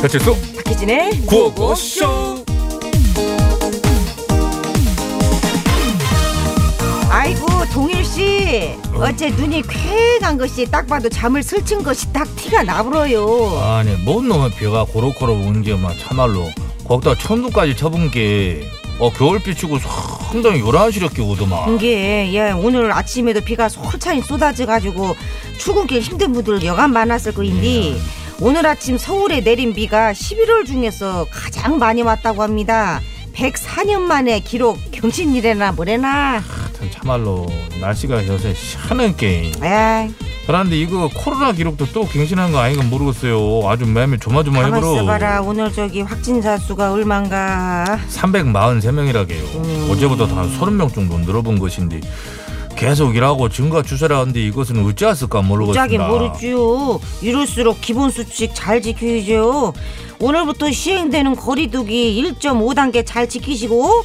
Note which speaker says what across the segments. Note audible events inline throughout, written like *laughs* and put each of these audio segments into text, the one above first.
Speaker 1: 배칠수
Speaker 2: 박희진의
Speaker 1: 구호고쇼
Speaker 2: 아이고 동일 씨 어제 눈이 쾌간 것이 딱 봐도 잠을 설친 것이 딱 티가 나불어요.
Speaker 3: 아니 뭔 놈의 비가 고로코로 온게 막 참말로 거기다 천둥까지 쳐본 게어 겨울비 치고 상당히 요란스럽게 오더만
Speaker 2: 이게 예 오늘 아침에도 비가 솔찬히 쏟아져가지고 출근길 힘든 분들 여간 많았을 거인데 오늘 아침 서울에 내린 비가 11월 중에서 가장 많이 왔다고 합니다. 104년 만에 기록 경신이래나 뭐래나.
Speaker 3: 하여튼 참말로 날씨가 요새 시하는 게임
Speaker 2: 에
Speaker 3: 그런데 이거 코로나 기록도 또 갱신한 거 아닌가 모르겠어요 아주 매매 조마조마해
Speaker 2: 가만
Speaker 3: 보러
Speaker 2: 있어봐라 오늘 저기 확진자 수가 얼만가.
Speaker 3: 343명이라게요
Speaker 2: 음.
Speaker 3: 어제보다 한 30명 정도 늘어본 것인데 계속 일하고 증가 추세라는데 이것은 어찌했을까 모르겠습니다
Speaker 2: 짜게 모르지요. 이럴수록 기본 수칙 잘 지키죠. 오늘부터 시행되는 거리두기 1.5단계 잘 지키시고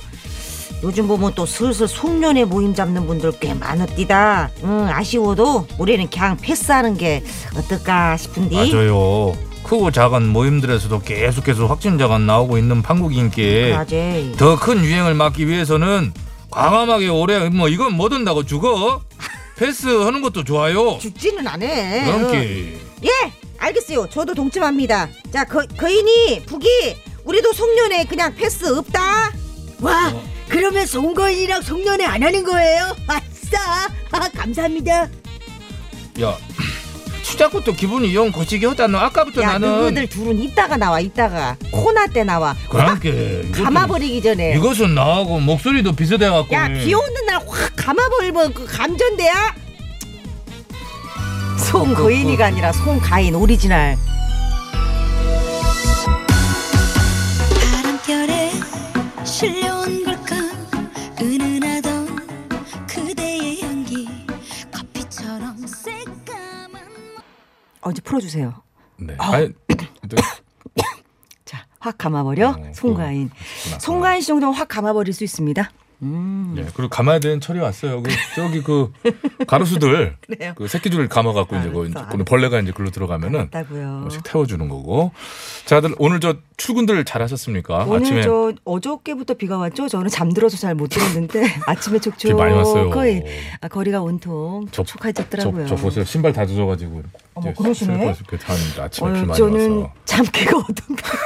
Speaker 2: 요즘 보면 또 슬슬 송년회 모임 잡는 분들 꽤 많읍디다. 응, 아쉬워도 올해는 그냥 패스하는 게 어떨까 싶은디.
Speaker 3: 맞아요. 크고 작은 모임들에서도 계속해서 확진자가 나오고 있는 판국인께
Speaker 2: 음, 맞아요.
Speaker 3: 더 큰 유행을 막기 위해서는 과감하게 올해 뭐 이건 뭐든 다고 죽어 패스하는 것도 좋아요.
Speaker 2: 죽지는 않아.
Speaker 3: 그런
Speaker 2: 응.
Speaker 3: 게
Speaker 2: 예, 알겠어요. 저도 동참합니다. 자, 거, 거인이 북이 우리도 송년회 그냥 패스 없다.
Speaker 4: 와 그러면서 온거인이랑 송년회 안 하는 거예요? 아싸 아, 감사합니다
Speaker 3: 야 수작부터 기분이 영 거시기하다. 너 아까부터
Speaker 2: 야,
Speaker 3: 나는
Speaker 2: 누구들 둘은 이따가 나와, 이따가 코나 때 나와.
Speaker 3: 그런 게 이것도-
Speaker 2: 감아버리기 전에.
Speaker 3: 이것은 나하고 목소리도 비슷해 갖고.
Speaker 1: 음.
Speaker 2: 야, 비 오는 날 확 감아버리면 그 감전대야.
Speaker 1: 어,
Speaker 2: 송거인이가 아니라 송가인 오리지널.
Speaker 5: 바람결에 실려온 걸까 은은하던 그대의 향기 커피처럼 새까만
Speaker 2: 어제 풀어주세요.
Speaker 1: 네. 아니, 또-
Speaker 2: 자, 확 감아버려.
Speaker 1: 어,
Speaker 2: 송가인.
Speaker 1: 그렇구나.
Speaker 2: 송가인 씨 정도면 확 감아버릴 수 있습니다. 음.
Speaker 3: 네.
Speaker 1: 예, 그리고 감아야 되는 철이 왔어요. 그, 저기
Speaker 2: *laughs*
Speaker 1: 그 가로수들
Speaker 2: 그래요.
Speaker 1: 그 새끼줄을 감아갖고 이제 그
Speaker 2: 알았어,
Speaker 1: 이제 벌레가 이제 글로 들어가면은
Speaker 2: 네, 맞다고요.
Speaker 1: 음식 태워주는 거고. 자들 오늘 저 출근들 잘하셨습니까?
Speaker 2: 오늘
Speaker 1: 아침에
Speaker 2: 저 어저께부터 비가 왔죠. 저는 잠들어서 잘 못
Speaker 1: *laughs*
Speaker 2: 들었는데 아침에 촉촉
Speaker 1: 비 많이 왔어요.
Speaker 2: 거의 아, 거리가 온통
Speaker 1: 저-
Speaker 2: 촉촉해졌더라고요. 어,
Speaker 1: 저, 저 보세요 신발 다 젖어가지고.
Speaker 2: 어머,
Speaker 1: 이제
Speaker 2: 그러시네.
Speaker 1: 슬퍼서 이렇게 다는데 아침에 비
Speaker 2: 어,
Speaker 1: 많이
Speaker 2: 저는
Speaker 1: 와서.
Speaker 2: 잠깨가 어떤가.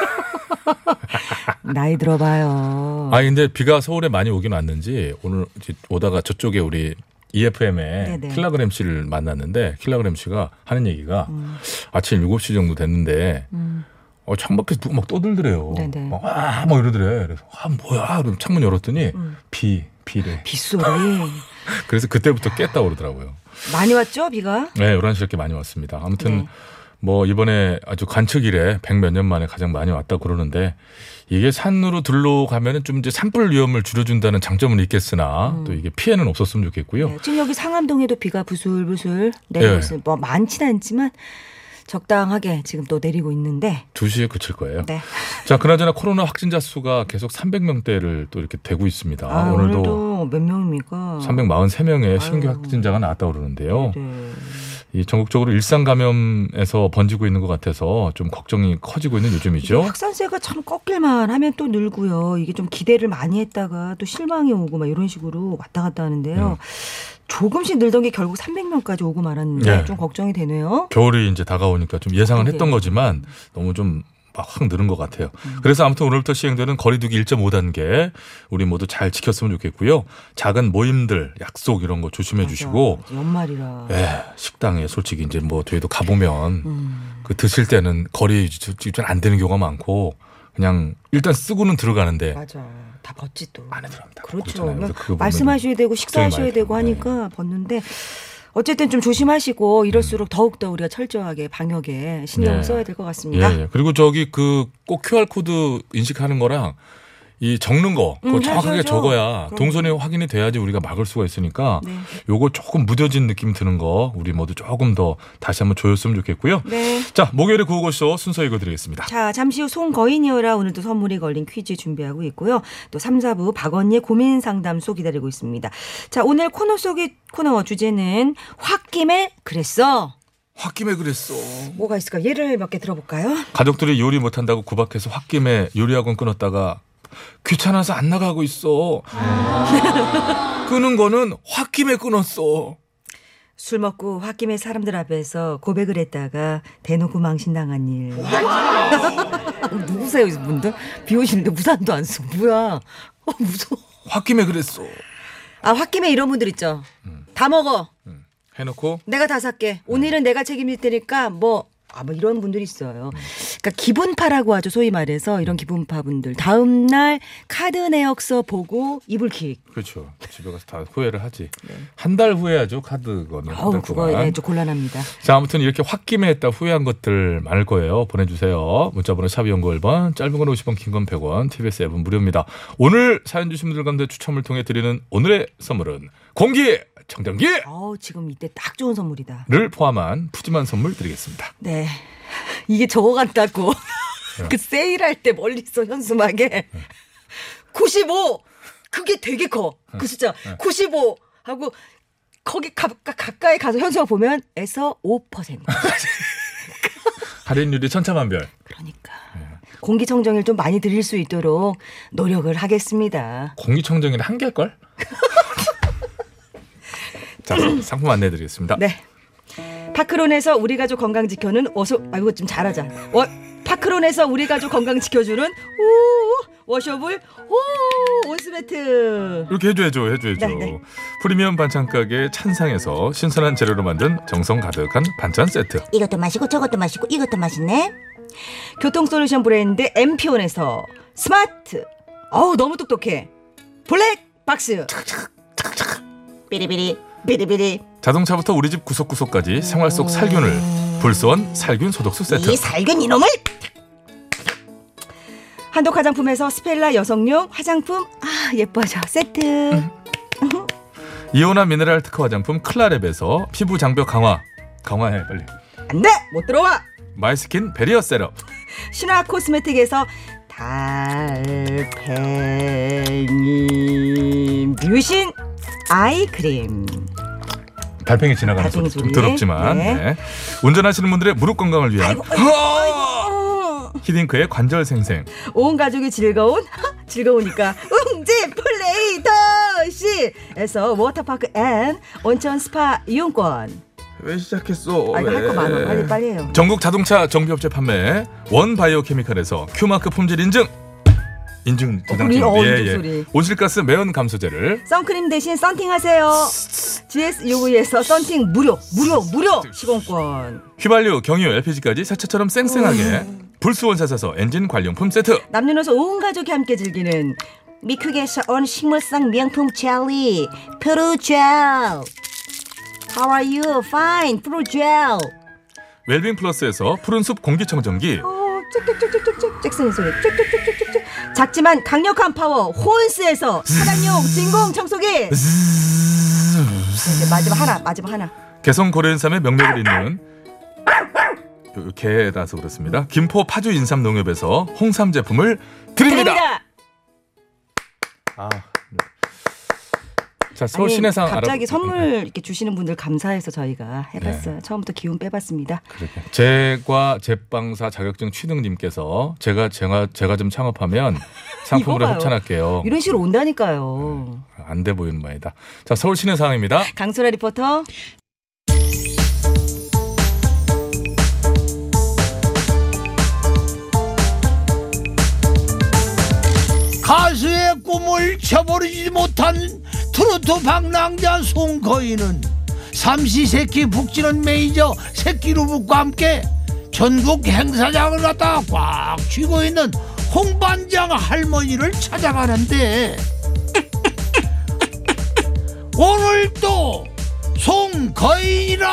Speaker 2: *laughs* 나이 들어봐요.
Speaker 1: 아 근데 비가 서울에 많이 오긴 왔는지 오늘 이제 오다가 저쪽에 우리 EFM에
Speaker 2: 네네.
Speaker 1: 킬라그램 씨를 만났는데 킬라그램 씨가 하는 얘기가
Speaker 2: 음.
Speaker 1: 아침 7시 정도 됐는데 어, 창밖에서 누가 막 떠들더래요.
Speaker 2: 네네.
Speaker 1: 막, 아, 막 이러더래. 그래서 아 뭐야? 그럼 창문 열었더니
Speaker 2: 음.
Speaker 1: 비 비래.
Speaker 2: 빗소리
Speaker 1: 그래서 그때부터 깼다 고 그러더라고요.
Speaker 2: 많이 왔죠 비가.
Speaker 1: 네, 11시 이렇게 많이 왔습니다. 아무튼
Speaker 2: 네.
Speaker 1: 뭐 이번에 아주 관측 이래 백몇 년 만에 가장 많이 왔다 그러는데 이게 산으로 들러 가면은 좀 이제 산불 위험을 줄여준다는 장점은 있겠으나 또 이게 피해는 없었으면 좋겠고요.
Speaker 2: 음. 네, 지금 여기 상암동에도 비가 부슬부슬 내리고
Speaker 1: 예.
Speaker 2: 있어요. 뭐 많지는 않지만 적당하게 지금 또 내리고 있는데.
Speaker 1: 2시에 그칠 거예요.
Speaker 2: 네.
Speaker 1: 자, 그나저나 코로나 확진자 수가 계속 300명대를 또 이렇게 되고 있습니다.
Speaker 2: 아, 오늘도,
Speaker 1: 오늘도
Speaker 2: 몇 명입니까?
Speaker 1: 343명의 신규
Speaker 2: 아유.
Speaker 1: 확진자가 나왔다 그러는데요.
Speaker 2: 네.
Speaker 1: 이 전국적으로 일상 감염에서 번지고 있는 것 같아서 좀 걱정이 커지고 있는
Speaker 2: 이게
Speaker 1: 요즘이죠.
Speaker 2: 확산세가 참 꺾일만 하면 또 늘고요. 이게 좀 기대를 많이 했다가 또 실망이 오고 막 이런 식으로 왔다 갔다
Speaker 1: 음.
Speaker 2: 하는데요. 조금씩 늘던 게 결국 300명까지 오고 말았는데
Speaker 1: 네.
Speaker 2: 좀 걱정이 되네요.
Speaker 1: 겨울이 이제 다가오니까 좀 예상을
Speaker 2: 그러게요.
Speaker 1: 했던 거지만 너무 좀 막 확 늘은 것 같아요.
Speaker 2: 음.
Speaker 1: 그래서 아무튼 오늘부터 시행되는 거리두기 1.5단계 우리 모두 잘 지켰으면 좋겠고요. 작은 모임들, 약속 이런 거 조심해 주시고
Speaker 2: 맞아. 연말이라.
Speaker 1: 예, 식당에 솔직히 이제 뭐 뒤에도 가보면
Speaker 2: 음.
Speaker 1: 그 드실 때는 거리 좀안 되는 경우가 많고 그냥 일단 쓰고는 들어가는데
Speaker 2: 맞아. 다 벗지 또.
Speaker 1: 안에 네. 들어갑니다.
Speaker 2: 그렇죠.
Speaker 1: 그렇잖아요. 그래서 그거 보면
Speaker 2: 말씀하셔야 되고 식사하셔야
Speaker 1: 많이 네.
Speaker 2: 되고
Speaker 1: 들어요.
Speaker 2: 하니까 벗는데 어쨌든 좀 조심하시고 이럴수록 더욱더 우리가 철저하게 방역에 신경을
Speaker 1: 음. 네.
Speaker 2: 써야 될 것
Speaker 1: 예,
Speaker 2: 같습니다.
Speaker 1: 예. 그리고 저기 그 꼭 QR 코드 인식하는 거랑 이 적는 거 그거
Speaker 2: 음,
Speaker 1: 정확하게
Speaker 2: 해야죠.
Speaker 1: 적어야
Speaker 2: 그럼요.
Speaker 1: 동선이 확인이 돼야지 우리가 막을 수가 있으니까
Speaker 2: 네.
Speaker 1: 요거 조금 무뎌진 느낌 드는 거 우리 모두 조금 더 다시 한번 조였으면 좋겠고요.
Speaker 2: 네.
Speaker 1: 자, 목요일에 구호고쇼 순서 읽어드리겠습니다.
Speaker 2: 자, 잠시 후 송거인이어라 오늘도 선물이 걸린 퀴즈 준비하고 있고요. 또 3, 4부 박원희의 고민 상담소 기다리고 있습니다. 자, 오늘 코너 속의 코너 주제는 홧김에 그랬어.
Speaker 1: 홧김에 그랬어.
Speaker 2: 뭐가 있을까? 예를 몇 개 들어볼까요?
Speaker 1: 가족들이 요리 못한다고 구박해서 홧김에 요리학원 끊었다가 귀찮아서 안 나가고 있어.
Speaker 2: 아.
Speaker 1: *laughs* 끄는 거는 홧김에 끊었어.
Speaker 4: 술 먹고 홧김에 사람들 앞에서 고백을 했다가 대놓고 망신당한 일.
Speaker 2: 어, 누구세요, 이분들? 비 오시는데 무산도 안 쓰고. 뭐야. 어, 무서워.
Speaker 1: 홧김에 그랬어.
Speaker 2: 아, 홧김에 이런 분들 있죠. 다 먹어.
Speaker 1: 음, 해놓고
Speaker 2: 내가 다 살게. 오늘은 내가 책임질 테니까 뭐. 아, 뭐 이런 분들이 있어요. 그러니까 기분파라고 하죠. 소위 말해서 이런 기분파 분들. 다음 날 카드 내역서 보고 이불킥.
Speaker 1: 그렇죠. 집에 가서 다 후회를 하지. 한 달 후회하죠 카드 거는. 한
Speaker 2: 어우,
Speaker 1: 달
Speaker 2: 네. 그거
Speaker 1: 동안.
Speaker 2: 예, 좀 곤란합니다.
Speaker 1: 자, 아무튼 이렇게 홧김에 했다 후회한 것들 많을 거예요. 보내주세요. 문자번호 샵 연구 1번, 짧은 건 50원, 긴 건 100원, TBS 앱은 무료입니다. 오늘 사연 주신 분들 가운데 추첨을 통해 드리는 오늘의 선물은 공기 청정기를
Speaker 2: 어우, 지금 이때 딱 좋은 선물이다.
Speaker 1: 포함한 푸짐한 선물 드리겠습니다.
Speaker 2: 네. *laughs* 이게 저거 같다고. *laughs* 그 세일할 때 멀리서 현수막에 95! 그게 되게 커. 그 숫자. 95! 하고 거기 가, 까이 가서 현수막 보면 에서 5%.
Speaker 1: 할인율이 천차만별.
Speaker 2: 그러니까. 공기청정기를 좀 많이 드릴 수 있도록 노력을 하겠습니다.
Speaker 1: 공기청정기는 한 개걸? *laughs* 자, 상품 안내 드리겠습니다.
Speaker 2: 네. 파크론에서 우리 가족 건강 지켜는 어서 아이고 좀 잘하자. 워, 파크론에서 우리 가족 건강 지켜주는 오 워셔블 오 온수매트.
Speaker 1: 이렇게 해줘야죠, 해줘야죠.
Speaker 2: 네, 네.
Speaker 1: 프리미엄 반찬 가게 찬상에서 신선한 재료로 만든 정성 가득한 반찬 세트.
Speaker 5: 이것도 마시고 저것도 마시고 이것도 맛있네.
Speaker 2: 교통솔루션 브랜드 엠피온에서 스마트 어우 너무 똑똑해 블랙 박스
Speaker 5: 비리비리 비리비리
Speaker 1: 자동차부터 우리 집 구석구석까지 생활 속 살균을 불소원 살균 소독수 세트
Speaker 5: 이 살균 이놈을
Speaker 2: 한독 화장품에서 스펠라 여성용 화장품 아 예뻐져 세트
Speaker 1: 이온화 미네랄 특허 화장품 클라랩에서 피부 장벽 강화 강화해 빨리
Speaker 2: 안돼 못 들어와
Speaker 1: 마이스킨 베리어 세럼
Speaker 2: 신화 코스메틱에서 달팽이 뮤신 아이크림
Speaker 1: 달팽이 지나가는
Speaker 2: 달팽이
Speaker 1: 소리 좀
Speaker 2: 소리.
Speaker 1: 더럽지만
Speaker 2: 네.
Speaker 1: 네. 운전하시는 분들의 무릎 건강을 위한 아! 히딩크의 관절 생생
Speaker 2: 온 가족이 즐거운 *laughs* 즐거우니까 웅지 플레이 더시에서 워터파크 앤 온천 스파 이용권
Speaker 1: 왜 시작했어
Speaker 2: 아 이거 할 거 많아 빨리 빨리 해요
Speaker 1: 전국 자동차 정비업체 판매 원 바이오 케미칼에서 큐마크 품질 인증 인증 도장증
Speaker 2: 어, 인증 소리.
Speaker 1: 온실가스 매연 감소제를
Speaker 2: 선크림 대신 썬팅 하세요. GS 요구에서 썬팅 무료, 무료, 무료 시공권.
Speaker 1: 휘발유, 경유, LPG까지 새차처럼 쌩쌩하게
Speaker 2: 음.
Speaker 1: 불수원샷에서 엔진 관련품 세트
Speaker 2: 남녀노소 온 가족이 함께 즐기는
Speaker 5: 미쿡에서 온 식물성 명품 젤리 프루젤 How are you? Fine 프루젤
Speaker 1: 웰빙 플러스에서 푸른숲 공기청정기
Speaker 2: 어, 짹짹짹짹짹짹 잭슨 소리 짹짹짹짹짹 작지만 강력한 파워 호은스에서 사당용
Speaker 1: *laughs*
Speaker 2: 진공 청소기. 이제 마지막 하나, 마지막 하나.
Speaker 1: 개성 고려인삼의 명맥을 잇는 요- 요 개라서 그렇습니다 김포 파주 인삼농협에서 홍삼 제품을 드립니다,
Speaker 2: 드립니다.
Speaker 1: 아, 네. 자 서울 시내상 알아
Speaker 2: 갑자기 선물 이렇게 주시는 분들 감사해서 저희가 해봤어요.
Speaker 3: 네.
Speaker 2: 처음부터 기운 빼봤습니다.
Speaker 1: 제과 제빵사 자격증 취득님께서 제가 제가 제가 좀
Speaker 2: *laughs*
Speaker 1: 창업하면 상품으로
Speaker 2: 이거 봐요.
Speaker 3: 어.
Speaker 1: 협찬할게요.
Speaker 2: 이런 식으로 온다니까요.
Speaker 3: 네.
Speaker 1: 안 돼 보이는 말이다. 자 서울 시내 상황입니다.
Speaker 2: 강소라 리포터.
Speaker 6: 가수의 꿈을 쳐버리지 못한 트로트 방랑자 송거인은 삼시세끼 북지는 메이저 새끼루북과 함께 전국 행사장을 갖다 꽉 쥐고 있는 홍반장 할머니를 찾아가는데 오늘도 송거인이라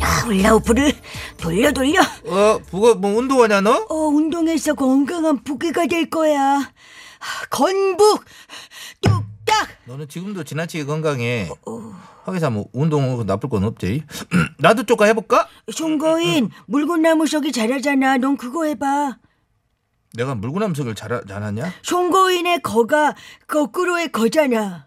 Speaker 5: 아, 올라오프를 돌려 돌려
Speaker 3: 어, 그거 뭐 운동하냐 너?
Speaker 4: 어, 운동해서 건강한 부기가 될 거야.
Speaker 2: 아,
Speaker 4: 하, 건북 뚝딱.
Speaker 3: 너는 지금도 지나치게 건강해. 하기사 뭐 운동 나쁠 건 없지. 나도 조금 해볼까?
Speaker 4: 송거인 물구나무 서기 잘하잖아. 넌 그거 해봐.
Speaker 3: 내가 물구남석을 잘, 잘하냐?
Speaker 4: 송거인의 거가 거꾸로의 거잖아.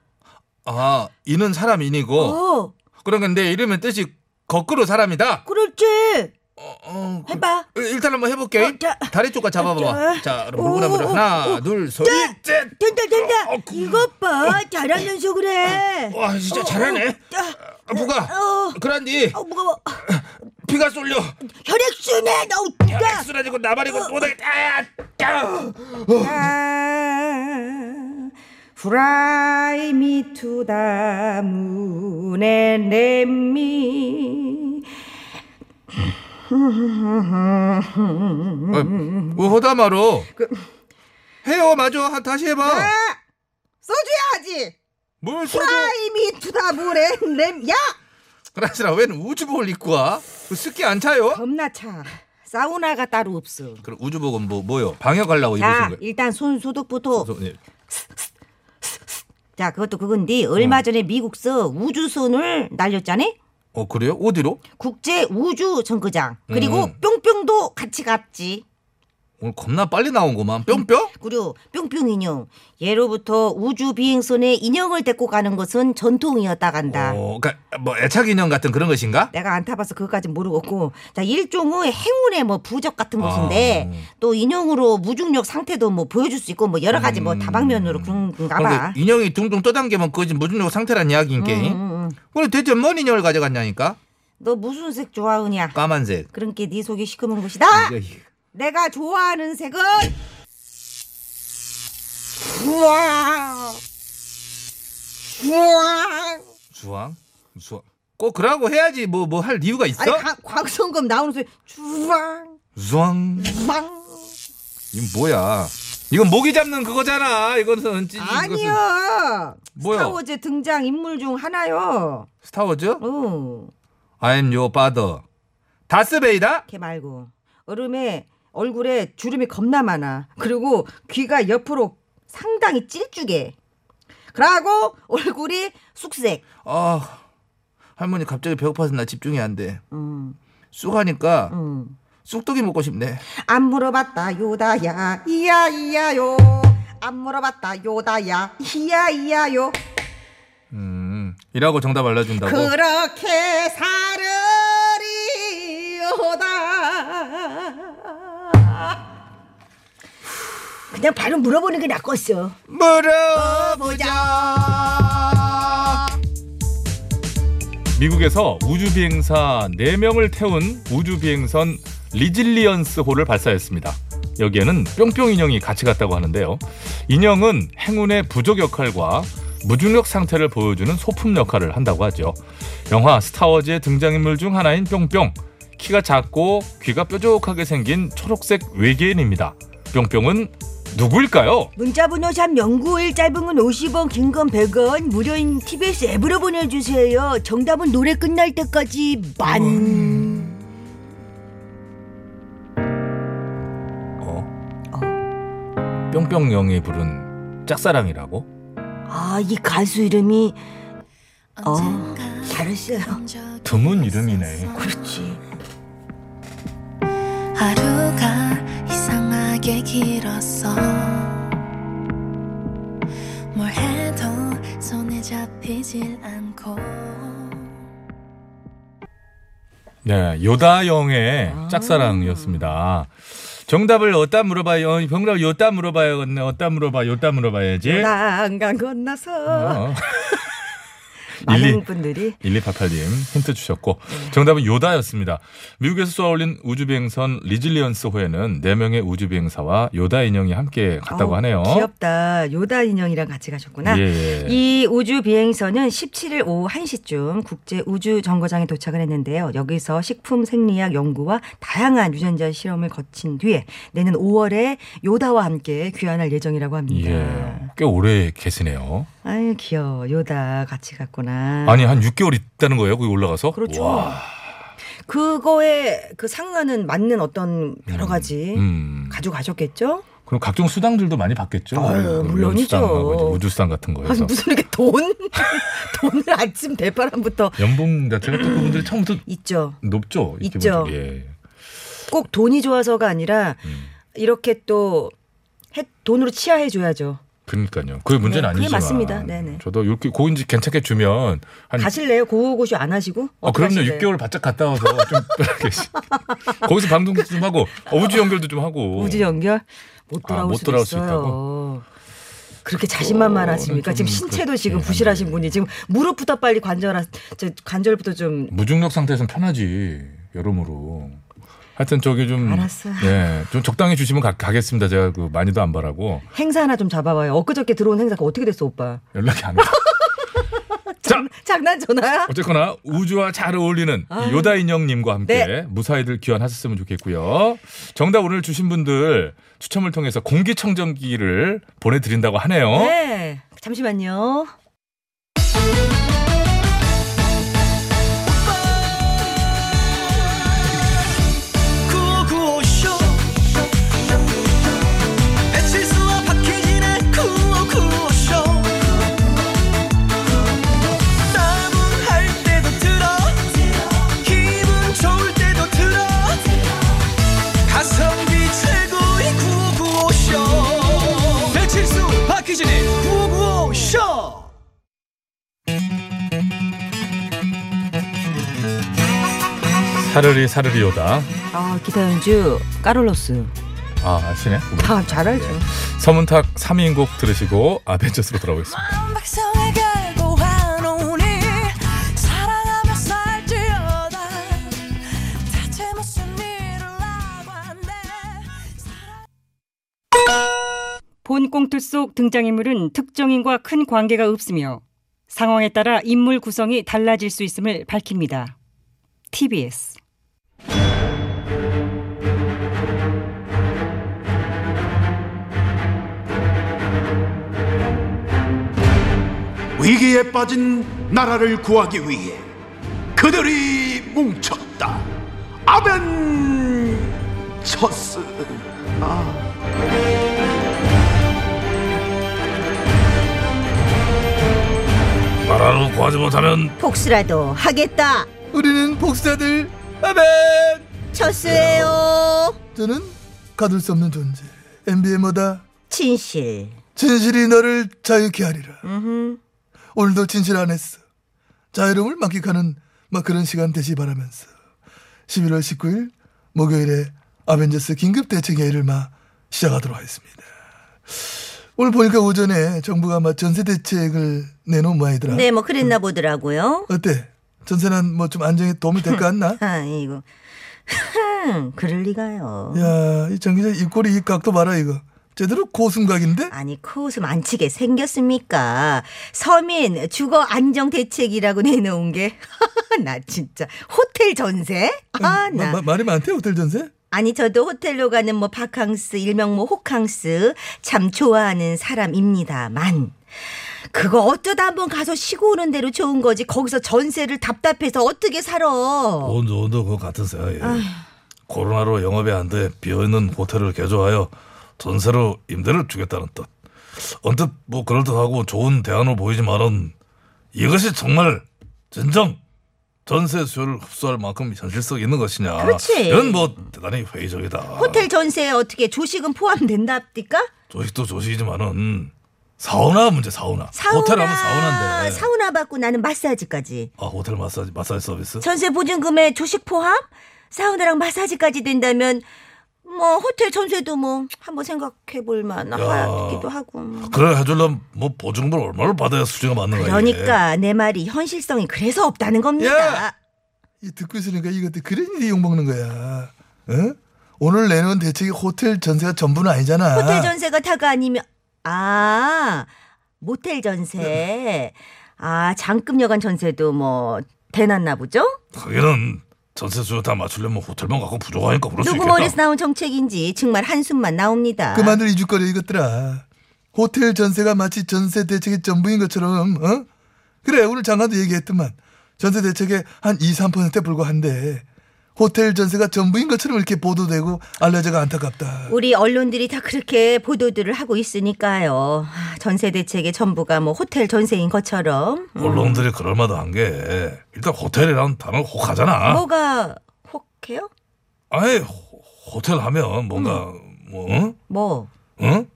Speaker 3: 아, 이는 사람 인이고.
Speaker 4: 어,
Speaker 3: 그런 건데 이름의 뜻이 거꾸로 사람이다.
Speaker 4: 그렇지.
Speaker 3: 어, 어, 그-
Speaker 4: 해봐.
Speaker 3: 일단 한번 해볼게.
Speaker 4: 어, 자.
Speaker 3: 다리 쪽과 잡아봐봐.
Speaker 4: 자.
Speaker 3: 자, 그럼 물구나무로
Speaker 4: 오,
Speaker 3: 하나,
Speaker 4: 오,
Speaker 3: 둘, 셋, 넷.
Speaker 4: 된다, 된다.
Speaker 3: 어, 그- 어,
Speaker 4: 이것 봐. 잘하면서 그래.
Speaker 3: 와, 진짜 잘하네.
Speaker 4: 아,
Speaker 3: 아, 부가.
Speaker 4: 어,
Speaker 3: 그란디
Speaker 4: 어, 무거워.
Speaker 3: 피가 쏠려.
Speaker 4: 혈액순환, 어우, 야.
Speaker 3: 엑스라지고 나발이고 못하겠다. 아, 아.
Speaker 2: Fly me to the moon and let me 음,
Speaker 3: 어, 뭐 허다마로.
Speaker 2: 그
Speaker 3: 해요, 맞아. 하- 다시 해봐.
Speaker 2: 써줘야지
Speaker 3: 뭘 소주.
Speaker 2: Fly me to the moon and let me 야
Speaker 3: *laughs* 그라시라, 웬 우주복을 입고 와? 그 습기 안 차요?
Speaker 2: 겁나 차 사우나가 따로 없어
Speaker 3: 그럼 우주복은 뭐, 뭐요? 방역하려고
Speaker 2: 자
Speaker 3: 입으신 거예요?
Speaker 2: 일단 손 소독부터
Speaker 3: 그래서, 예.
Speaker 2: 자 그것도 그건데
Speaker 3: 음.
Speaker 2: 얼마 전에 미국서 우주선을 날렸잖아
Speaker 3: 어, 그래요? 어디로?
Speaker 2: 국제 우주 정거장 그리고
Speaker 3: 음.
Speaker 2: 뿅뿅도 같이 갔지
Speaker 3: 오늘 겁나 빨리 나온구만. 뿅뿅?
Speaker 2: 그리고 뿅뿅 인형 예로부터 우주 비행선에 인형을 데리고 가는 것은 전통이었다간다.
Speaker 3: 어, 그러니까 뭐 애착 인형 같은 그런 것인가?
Speaker 2: 내가 안 타봐서 그것까진 모르겠고 자 일종의 행운의 뭐 부적 같은 것인데
Speaker 3: 아.
Speaker 2: 또 인형으로 무중력 상태도 뭐 보여줄 수 있고 뭐 여러 가지
Speaker 3: 음.
Speaker 2: 뭐 다방면으로 그런가 봐.
Speaker 3: 그런데 인형이 둥둥 떠당기면 그지 무중력 상태란 이야기인 게임.
Speaker 2: 음.
Speaker 3: 오늘 대체 뭔 인형을 가져갔냐니까?
Speaker 2: 너 무슨 색 좋아하냐?
Speaker 3: 까만색.
Speaker 2: 그런게 네 속이 시커먼 것이다. 내가 좋아하는 색은 우와 우와
Speaker 3: 주황? 주황. 꼭 그러고 해야지 뭐 뭐 할 이유가 있어?
Speaker 2: 아니 가- 곽성검 나오는 소리 주왕
Speaker 3: 주황.
Speaker 2: 주왕
Speaker 3: 이건 뭐야? 이건 모기 잡는 그거잖아. 이거는 찌 이것은
Speaker 2: 아니요
Speaker 3: 뭐야?
Speaker 2: 스타워즈 등장 인물 중 하나요
Speaker 3: 스타워즈?
Speaker 2: 어걔
Speaker 3: I'm your father. 다스베이다?
Speaker 2: 말고 얼음에 얼굴에 주름이 겁나 많아 그리고 귀가 옆으로 상당히 찔쭉해 그러고 얼굴이 쑥색
Speaker 3: 아 할머니 갑자기 배고파서 나 집중이 안 돼.
Speaker 2: 음,
Speaker 3: 쑥 하니까
Speaker 2: 음.
Speaker 3: 쑥떡이 먹고 싶네.
Speaker 2: 안 물어봤다 요다야 이야 이야요 안 물어봤다 요다야 이야 이야요
Speaker 3: 음, 이라고 정답 알려준다고?
Speaker 2: 그렇게 살으리요다
Speaker 4: 그냥 바로 물어보는 게 낫겠어.
Speaker 3: 물어보자.
Speaker 1: 미국에서 우주비행사 4명을 태운 우주비행선 리질리언스 호를 발사했습니다. 여기에는 뿅뿅 인형이 같이 갔다고 하는데요. 인형은 행운의 부족 역할과 무중력 상태를 보여주는 소품 역할을 한다고 하죠. 영화 스타워즈의 등장인물 중 하나인 뿅뿅. 키가 작고 귀가 뾰족하게 생긴 초록색 외계인입니다. 뿅뿅은 누구일까요?
Speaker 4: 문자번호 샵 연구일 짧은 건 50원, 긴 건 100원, 무료인 TBS 앱으로 보내주세요. 정답은 노래 끝날 때까지 만.
Speaker 1: 어? 뿅뿅영이 부른 짝사랑이라고?
Speaker 4: 아, 이 가수 이름이
Speaker 3: 어,
Speaker 5: 언젠가
Speaker 4: 잘했어요.
Speaker 5: 본 적이
Speaker 1: 드문 이름이네.
Speaker 5: 있었어.
Speaker 4: 그렇지.
Speaker 5: 하루가 이상하게 길었어 뭘 해도 손에 잡히질 않고
Speaker 1: 네, 요다영의
Speaker 2: 아.
Speaker 1: 짝사랑이었습니다. 정답을 어디다 물어봐요? 정답 요따 물어봐요. 네, 어디다 물어봐? 요따 물어봐야지.
Speaker 2: 난간 건너서
Speaker 1: 예? 어.
Speaker 2: 많은
Speaker 1: 일리
Speaker 2: 분들이
Speaker 1: 1288님 힌트 주셨고 정답은 요다였습니다. 미국에서 쏘아올린 우주비행선 리질리언스 호에는 4명의 우주비행사와 요다 인형이 함께 갔다고
Speaker 2: 어우,
Speaker 1: 하네요.
Speaker 2: 귀엽다 요다 인형이랑 같이 가셨구나
Speaker 1: 예, 예.
Speaker 2: 이 우주 비행선은 17일 오후 1시쯤 국제 우주 정거장에 도착을 했는데요. 여기서 식품 생리학 연구와 다양한 유전자 실험을 거친 뒤에 내년 5월에 요다와 함께 귀환할 예정이라고 아. 합니다.
Speaker 1: 예. 꽤 오래 계시네요.
Speaker 2: 아유 귀여워. 요다 같이 갔구나.
Speaker 1: 아니, 한 6개월 있다는 거예요? 거기 올라가서?
Speaker 2: 그렇죠.
Speaker 1: 와.
Speaker 2: 그거에 그 상관은 맞는 어떤 여러 가지
Speaker 1: 음.
Speaker 2: 가져가셨겠죠?
Speaker 1: 그럼 각종 수당들도 많이 받겠죠?
Speaker 2: 아유, 물론이죠.
Speaker 1: 연수당하고 이제 우주수당 같은
Speaker 2: 아니,
Speaker 1: 거에서.
Speaker 2: 무슨 이렇게 돈? *laughs* 돈을 아침 대바람부터
Speaker 1: 연봉 자체가 또
Speaker 2: *clears throat*
Speaker 1: 그분들이 처음부터
Speaker 2: 있죠.
Speaker 1: 높죠. 이
Speaker 2: 있죠.
Speaker 1: 기본적으로. 예.
Speaker 2: 꼭 돈이 좋아서가 아니라
Speaker 1: 음.
Speaker 2: 이렇게 또 해- 돈으로 치하해 줘야죠.
Speaker 1: 그러니까요. 그게 문제는
Speaker 2: 네, 그게
Speaker 1: 아니지만.
Speaker 2: 맞습니다. 네네.
Speaker 1: 저도 이렇게 고인지 괜찮게 주면 한
Speaker 2: 가실래요? 고고쇼 안 하시고?
Speaker 1: 아, 그럼요. 6개월 바짝 갔다 와서
Speaker 2: *laughs*
Speaker 1: 좀 계시. 거기서 방송도 좀 하고 어, 우주 연결도 좀 하고.
Speaker 2: 우주 연결 못 돌아올,
Speaker 1: 아, 못
Speaker 2: 수도
Speaker 1: 돌아올 수
Speaker 2: 있어요.
Speaker 1: 있다고?
Speaker 2: 그렇게 자신만만하십니까?
Speaker 1: 그거는 네, 좀
Speaker 2: 지금 신체도
Speaker 1: 그렇긴
Speaker 2: 지금
Speaker 1: 한데.
Speaker 2: 부실하신 분이 지금 무릎부터 빨리 관절 저 관절부터 좀
Speaker 1: 무중력 상태에서는 편하지. 여러모로. 하여튼 저기 좀
Speaker 2: 알았어요.
Speaker 1: 예, 좀 적당히 주시면 가, 가겠습니다. 제가 그 많이도 안 바라고
Speaker 2: 행사 하나 좀 잡아봐요. 엊그저께 들어온 행사가 어떻게 됐어, 오빠?
Speaker 1: 연락이 안 와. 자,
Speaker 2: 장난 전화야?
Speaker 1: 어쨌거나 우주와 잘 어울리는 이 요다 인형님과 함께
Speaker 4: 네.
Speaker 1: 무사히들 귀환하셨으면 좋겠고요. 정답 오늘 주신 분들 추첨을 통해서 공기청정기를 보내드린다고 하네요.
Speaker 2: 네. 잠시만요.
Speaker 5: 구호구호쇼 배칠수와 박해진의 구호구호쇼 따분할 때도 들어 기분 좋을 때도 들어 가성비 최고의 구호구호쇼 배칠수 박해진의 구호구호쇼
Speaker 1: 사르리 사르리 요다.
Speaker 2: 아, 기타 연주
Speaker 7: 음.
Speaker 2: 까롤로스.
Speaker 1: 아, 아시네?
Speaker 2: 아, 잘 알죠.
Speaker 7: 예.
Speaker 1: 서문탁 3인곡 들으시고 아벤져스로 돌아오겠습니다.
Speaker 8: 마음 박성에 걸고 한오니 사랑하며 살지어다 대체 무슨 일을 하고 한대
Speaker 9: 본 꽁트 속 등장인물은 특정인과 큰 관계가 없으며 상황에 따라 인물 구성이 달라질 수 있음을 밝힙니다. TBS
Speaker 10: 위기에 빠진 나라를 구하기 위해 그들이 뭉쳤다. 아벤처스.
Speaker 11: 나라로 뭐 구하지 못하면
Speaker 4: 복수라도 하겠다.
Speaker 7: 우리는 복사들 아멘
Speaker 4: 철수해요.
Speaker 7: 저는 가둘 수 없는 존재 MBM어다
Speaker 4: 진실.
Speaker 7: 진실이 너를 자유케 하리라 오늘도 진실 안 했어 자유로움을 만끽하는 막 그런 시간 되시 바라면서 11월 19일 목요일에 아벤져스 긴급 대책회의를 마 시작하도록 하겠습니다 오늘 보니까 오전에 정부가 막 전세 대책을 내놓은 모양이더라
Speaker 4: 네, 뭐 그랬나 보더라고요.
Speaker 7: 어때? 전세는 뭐 좀 안정에 도움이 될 것
Speaker 4: *laughs*
Speaker 7: 같나?
Speaker 4: 아이고. 그럴 리가요.
Speaker 7: 야, 이 정 기자 입꼬리 이 각도 봐라 이거. 제대로 고슴각인데?
Speaker 4: 아니 코웃음 안 치게 생겼습니까? 서민 주거 안정 대책이라고 *laughs* 내놓은 게 나 진짜 호텔 전세?
Speaker 11: 음,
Speaker 4: 아
Speaker 11: 뭐,
Speaker 7: 마- 마-
Speaker 4: 나
Speaker 7: 말이 많대 호텔 전세?
Speaker 4: 아니 저도 호텔로 가는 뭐 바캉스 일명 뭐 호캉스 참 좋아하는 사람입니다만 그거 어쩌다 한번 가서 쉬고 오는 대로 좋은 거지 거기서 전세를 답답해서 어떻게 살아?
Speaker 11: 온도 온도 그거 같은 생각이에요. 예. 코로나로 영업이 안 돼 비어있는 호텔을 개조하여 전세로 임대를 주겠다는 뜻. 언뜻 뭐 그럴 듯하고 좋은 대안으로 보이지만은 이것이 정말 진정 전세 수요를 흡수할 만큼 현실성 있는 것이냐.
Speaker 4: 그렇지.
Speaker 11: 이건 뭐 대단히 회의적이다.
Speaker 4: 호텔 전세에 어떻게 조식은 포함된답니까?
Speaker 11: 조식도 조식이지만은 사우나 문제 사우나.
Speaker 4: 사우나
Speaker 11: 호텔하면 사우나인데.
Speaker 4: 사우나 받고 나는 마사지까지.
Speaker 11: 아 호텔 마사지 마사지 서비스?
Speaker 4: 전세 보증금에 조식 포함, 사우나랑 마사지까지 된다면 뭐 호텔 전세도 뭐 한번 생각해 볼 만하기도 하고.
Speaker 11: 그래 해주려면 뭐 보증금을 얼마를 받아야 수지가 맞는 거야. 이게.
Speaker 4: 그러니까 내 말이 현실성이 그래서 없다는 겁니다.
Speaker 7: 이 듣고 있으니까 이것도 그런 일이 욕먹는 거야. 응? 오늘 내놓은 대책이 호텔 전세가 전부는 아니잖아.
Speaker 4: 호텔 전세가 다가 아니면 아 모텔
Speaker 11: 네.
Speaker 4: 전세, 아 장금 여간 전세도 뭐 대놨나 보죠?
Speaker 11: 거기는 전세 수요 다 맞추려면 호텔만 갖고 부족하니까 그럴 수
Speaker 4: 누구
Speaker 11: 있겠다.
Speaker 4: 머리에서 나온 정책인지 정말 한숨만 나옵니다.
Speaker 7: 그만들 이죽거려 이것들아. 호텔 전세가 마치 전세 대책의 전부인 것처럼, 어? 그래, 오늘 장관도 얘기했더만. 전세 대책의 한 2, 3%에 불과한데, 호텔 전세가 전부인 것처럼 이렇게 보도되고 알려져가 안타깝다.
Speaker 4: 우리 언론들이 다 그렇게 보도들을 하고 있으니까요. 아, 전세 대책의 전부가 뭐 호텔 전세인 것처럼
Speaker 11: 언론들이 그럴만한 게 일단 호텔이라는 단어
Speaker 4: 뭐
Speaker 11: 혹하잖아.
Speaker 4: 뭐가 혹해요?
Speaker 11: 아니 호- 호텔 하면 뭔가 뭐 응?
Speaker 3: 뭐?
Speaker 11: 응?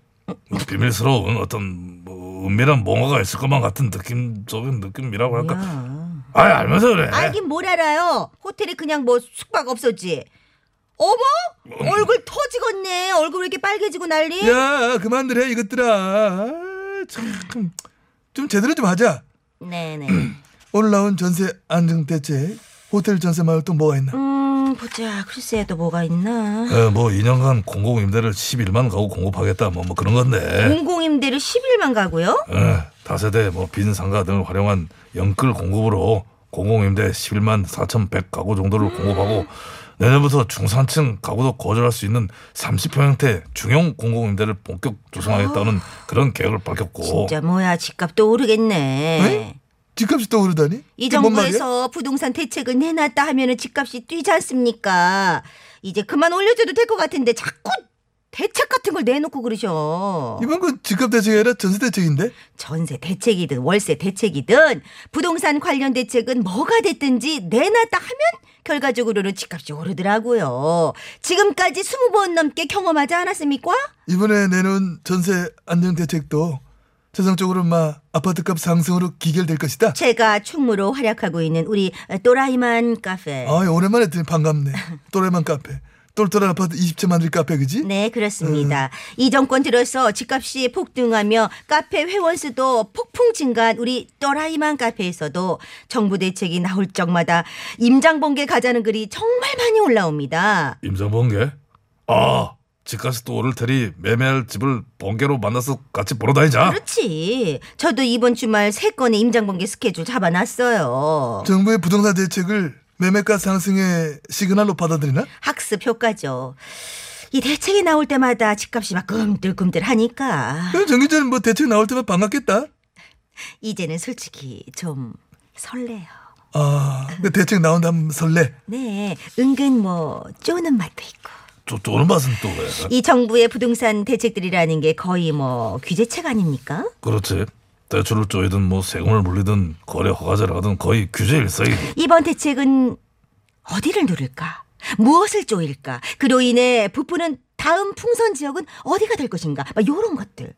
Speaker 11: 뭐 비밀스러운 어떤 뭐 은밀한 뭔가가 있을 것만 같은 느낌적인 느낌이라고 할까? 네.
Speaker 3: 야.
Speaker 11: 아이 알면서 그래.
Speaker 4: 알긴 뭘 알아요. 호텔에 그냥 뭐 숙박 없었지. 어머? 얼굴 터지겠네. 얼굴 왜 이렇게 빨개지고 난리?
Speaker 11: 네.
Speaker 7: 야 그만들 해 이것들아. 아, 참. 좀 제대로 좀 하자.
Speaker 4: 네네.
Speaker 11: 음.
Speaker 7: 오늘 나온 전세 안정 대책 호텔 전세 말고 또 뭐가 있나?
Speaker 4: 음, 보자. 글쎄 또 뭐가 있나.
Speaker 11: 예, 뭐 2년간 공공 임대를 11만 가구 공급하겠다 뭐 뭐 그런 건데.
Speaker 4: 공공임대를 10일만 가고요.
Speaker 11: 예, 다세대 뭐 빈 상가 등을 활용한 연끌 공급으로 공공 임대 11만 4,100 가구 정도를 공급하고 내년부터 중산층 가구도 거절할 수 있는 30평형태 중형 공공 임대를 본격 조성하겠다는
Speaker 4: 아.
Speaker 11: 그런 계획을 밝혔고.
Speaker 4: 진짜 뭐야 집값도 오르겠네.
Speaker 7: 에? 집값이 또 오르다니?
Speaker 4: 이
Speaker 7: 그게 뭔 말이야?
Speaker 4: 정부에서 부동산 대책을 내놨다 하면은 집값이 뛰지 않습니까? 이제 그만 올려줘도 될 것 같은데 자꾸 대책 같은 걸 내놓고 그러셔.
Speaker 7: 이번 건 집값 대책이 아니라 전세 대책인데?
Speaker 4: 전세 대책이든 월세 대책이든 부동산 관련 대책은 뭐가 됐든지 내놨다 하면 결과적으로는 집값이 오르더라고요. 지금까지 20번 넘게 경험하지 않았습니까?
Speaker 7: 이번에 내놓은 전세 안정 대책도 최종적으로 막 아파트값 상승으로 기결될 것이다.
Speaker 4: 제가 충무로 활약하고 있는 우리 또라이만 카페.
Speaker 7: 아 오랜만에 들으니 반갑네. 또래만 카페. 똘똘한 아파트 20채 만들 카페 그지?
Speaker 4: 네, 그렇습니다. 이 정권 들어서 집값이 폭등하며 카페 회원 수도 폭풍 증가한 우리 또라이만 카페에서도 정부 대책이 나올 적마다 임장 봉개 가자는 글이 정말 많이 올라옵니다.
Speaker 11: 임장 번개? 예? 아 집값이 또 오를 테니 매매할 집을 번개로 만나서 같이 보러 다니자.
Speaker 4: 그렇지. 저도 이번 주말 세 건의 임장 봉개 스케줄 잡아놨어요.
Speaker 7: 정부의 부동산 대책을 매매가 상승의 시그널로 받아들이나?
Speaker 4: 학습 효과죠. 이 대책이 나올 때마다 집값이 막 꿈들꿈들하니까
Speaker 7: 그럼 정 기자는 뭐 대책 나올 때만 반갑겠다.
Speaker 4: 이제는 솔직히 좀 설레요.
Speaker 7: 아 근데 대책 나온다면 설레.
Speaker 4: 네, 은근 뭐 쪼는 맛도 있고.
Speaker 11: 저 저런 맛은 또 왜?
Speaker 4: 이 정부의 부동산 대책들이라는 게 거의 뭐 규제책 아닙니까?
Speaker 11: 그렇지. 대출을 쪼이든 뭐 세금을 물리든 거래 허가제를 하든 거의 규제 일상이고.
Speaker 4: 이번 대책은 어디를 누를까? 무엇을 조일까? 그로 인해 부부는 다음 풍선 지역은 어디가 될 것인가? 막 요런 것들.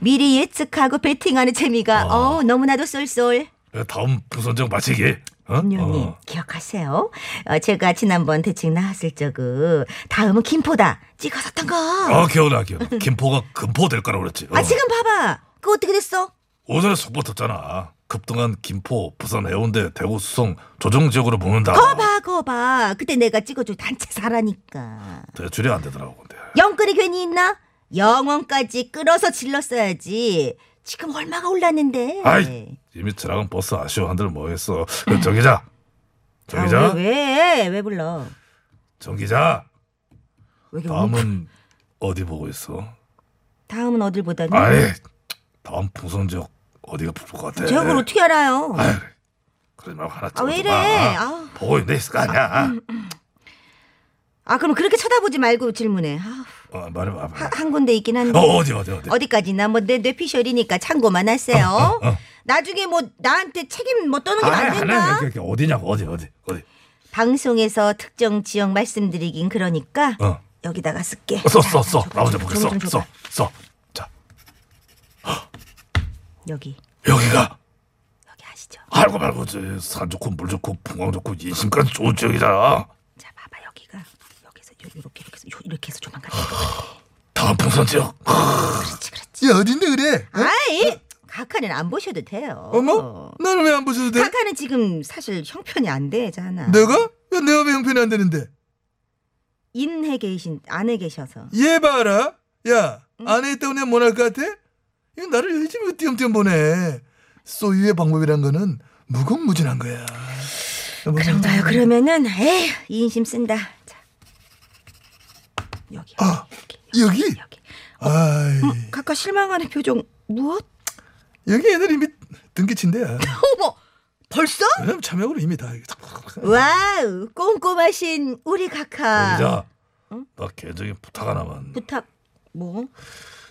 Speaker 4: 미리 예측하고 베팅하는 재미가 어 너무나도 쏠쏠.
Speaker 11: 아. 네, 다음 부선정 마치기. 어?
Speaker 4: 김용님
Speaker 11: 어.
Speaker 4: 기억하세요? 어, 제가 지난번 대책 나왔을 적은 다음은 김포다 찍어섰던 거.
Speaker 11: 아 기억나 기억나. 김포가 금포 될 거라고 그랬지. 어.
Speaker 4: 아 지금 봐봐. 그거 어떻게 됐어?
Speaker 11: 오전에 속보 떴잖아. 급등한 김포, 부산, 해운대, 대구, 수성 조정 지역으로 묶는다.
Speaker 4: 거 봐, 거 봐. 그때 내가 찍어준 단체 사라니까.
Speaker 11: 대출이 안 되더라고 근데.
Speaker 4: 영끌이 괜히 있나? 영원까지 끌어서 질렀어야지. 지금 얼마가 올랐는데.
Speaker 11: 아이 이미 지나간 버스 아쉬워 한들 뭐했어. *laughs* 그정 기자. 정 기자.
Speaker 4: 아, 왜, 왜? 왜 불러?
Speaker 11: 정 기자.
Speaker 4: 왜 이렇게 웅-
Speaker 11: 다음은 어디 보고 있어?
Speaker 4: 다음은 어딜 보다니?
Speaker 11: 아니 다음 풍선 지역 어디가 부를 것 같아?
Speaker 4: 제가 그걸 어떻게 알아요?
Speaker 11: 아유, 그러지 말고 하나
Speaker 4: 아,
Speaker 11: 찍어봐.
Speaker 4: 왜 이래? 음. 아우.
Speaker 11: 보고 있는 데 있을 거 아니야.
Speaker 4: 아, 그럼 그렇게 쳐다보지 말고 질문해. 아우,
Speaker 11: 어, 말해봐. 말해봐.
Speaker 4: 하- 한 군데 있긴 한데.
Speaker 11: 어, 어디 어디 어디?
Speaker 4: 어디까지나 뭐 내 뇌피셜이니까 참고만 하세요.
Speaker 11: 어, 어.
Speaker 4: 나중에 뭐 나한테 책임 뭐 떠는
Speaker 11: 아니,
Speaker 4: 게안
Speaker 11: 아니,
Speaker 4: 된다.
Speaker 11: 아니, 아니, 어디냐고 어디 어디 어디?
Speaker 4: 방송에서 특정 지역 말씀드리긴 그러니까
Speaker 11: 어.
Speaker 4: 여기다가 쓸게.
Speaker 11: 써
Speaker 4: 자,
Speaker 11: 써 써.
Speaker 4: 줘봐,
Speaker 11: 나 혼자
Speaker 4: 줘봐,
Speaker 11: 보게
Speaker 4: 줘봐,
Speaker 11: 써
Speaker 4: 줘봐.
Speaker 11: 써 써. 자
Speaker 4: 여기
Speaker 11: 여기가
Speaker 4: 여기 아시죠?
Speaker 11: 알고 말고지 산 좋고 물 좋고 풍광 좋고 인심까지 좋은 지역이잖아.
Speaker 4: 자 봐봐 여기가 여기서 요- 요렇게 이렇게 해서 요- 이렇게 해서 조만간 될 거야.
Speaker 11: 다음 풍선 지역.
Speaker 4: 그렇지 그렇지.
Speaker 7: 야 어딘데 그래?
Speaker 11: 어?
Speaker 4: 아이 각하는 안 보셔도 돼요. 네?
Speaker 7: 어머? 나는 왜 안 보셔도 돼?
Speaker 2: 아.
Speaker 4: 각하는 지금 사실 형편이 안 되잖아.
Speaker 11: 네.
Speaker 7: 내가? 야, 내가 왜 형편이 안 되는데?
Speaker 4: 인해 계신 안에 계셔서.
Speaker 11: 음.
Speaker 7: 얘 봐라. 야 안에 있다고 내가 못할 것 같아? 이거 나를 요즘 띄엄띄엄 보네. 소유의 방법이란 거는 무궁무진한 거야.
Speaker 4: 그런가요? 그러면은 에이 인심 쓴다. 자 여기
Speaker 7: 아,
Speaker 4: 여기 여기.
Speaker 7: 여기?
Speaker 4: 여기.
Speaker 7: 아이
Speaker 4: 음, 각하 실망하는 표정 무엇?
Speaker 7: 여기 애들 이미
Speaker 4: *laughs*
Speaker 7: 등기친데야.
Speaker 4: 어머 벌써?
Speaker 7: 왜냐면 참여으로 이미 다.
Speaker 4: 와우 꼼꼼하신 우리 각하
Speaker 11: 여기자. 나 개인적인 부탁 하나만.
Speaker 4: 아. 부탁 뭐?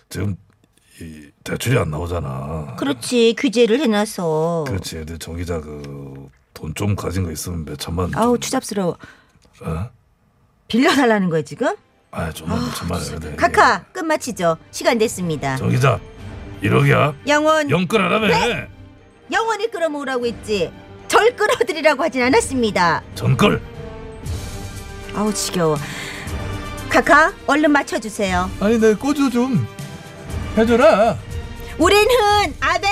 Speaker 11: 지금 이 대출이 안 나오잖아.
Speaker 4: 그렇지 규제를 해놔서
Speaker 11: 그렇지. 근데 정 기자 그 돈 좀 가진 거 있으면 몇 천만.
Speaker 4: 아우
Speaker 11: 좀-
Speaker 4: 추잡스러워
Speaker 11: 어?
Speaker 4: 빌려달라는 거야 지금?
Speaker 11: 아 좀만 더 참아야 돼.
Speaker 4: 카카 끝마치죠. 시간 됐습니다.
Speaker 11: 정 기자 네. 이러기야
Speaker 4: 영원
Speaker 11: 영
Speaker 4: 네?
Speaker 11: 끌어라며
Speaker 4: 영원히 끌어모으라고 했지. 절 끌어들이라고 하진 않았습니다.
Speaker 11: 전끌
Speaker 4: 아우 지겨워. 카카 얼른 맞춰주세요.
Speaker 7: 아니 내 꼬주 좀 해줘라.
Speaker 4: 우리는 아벤.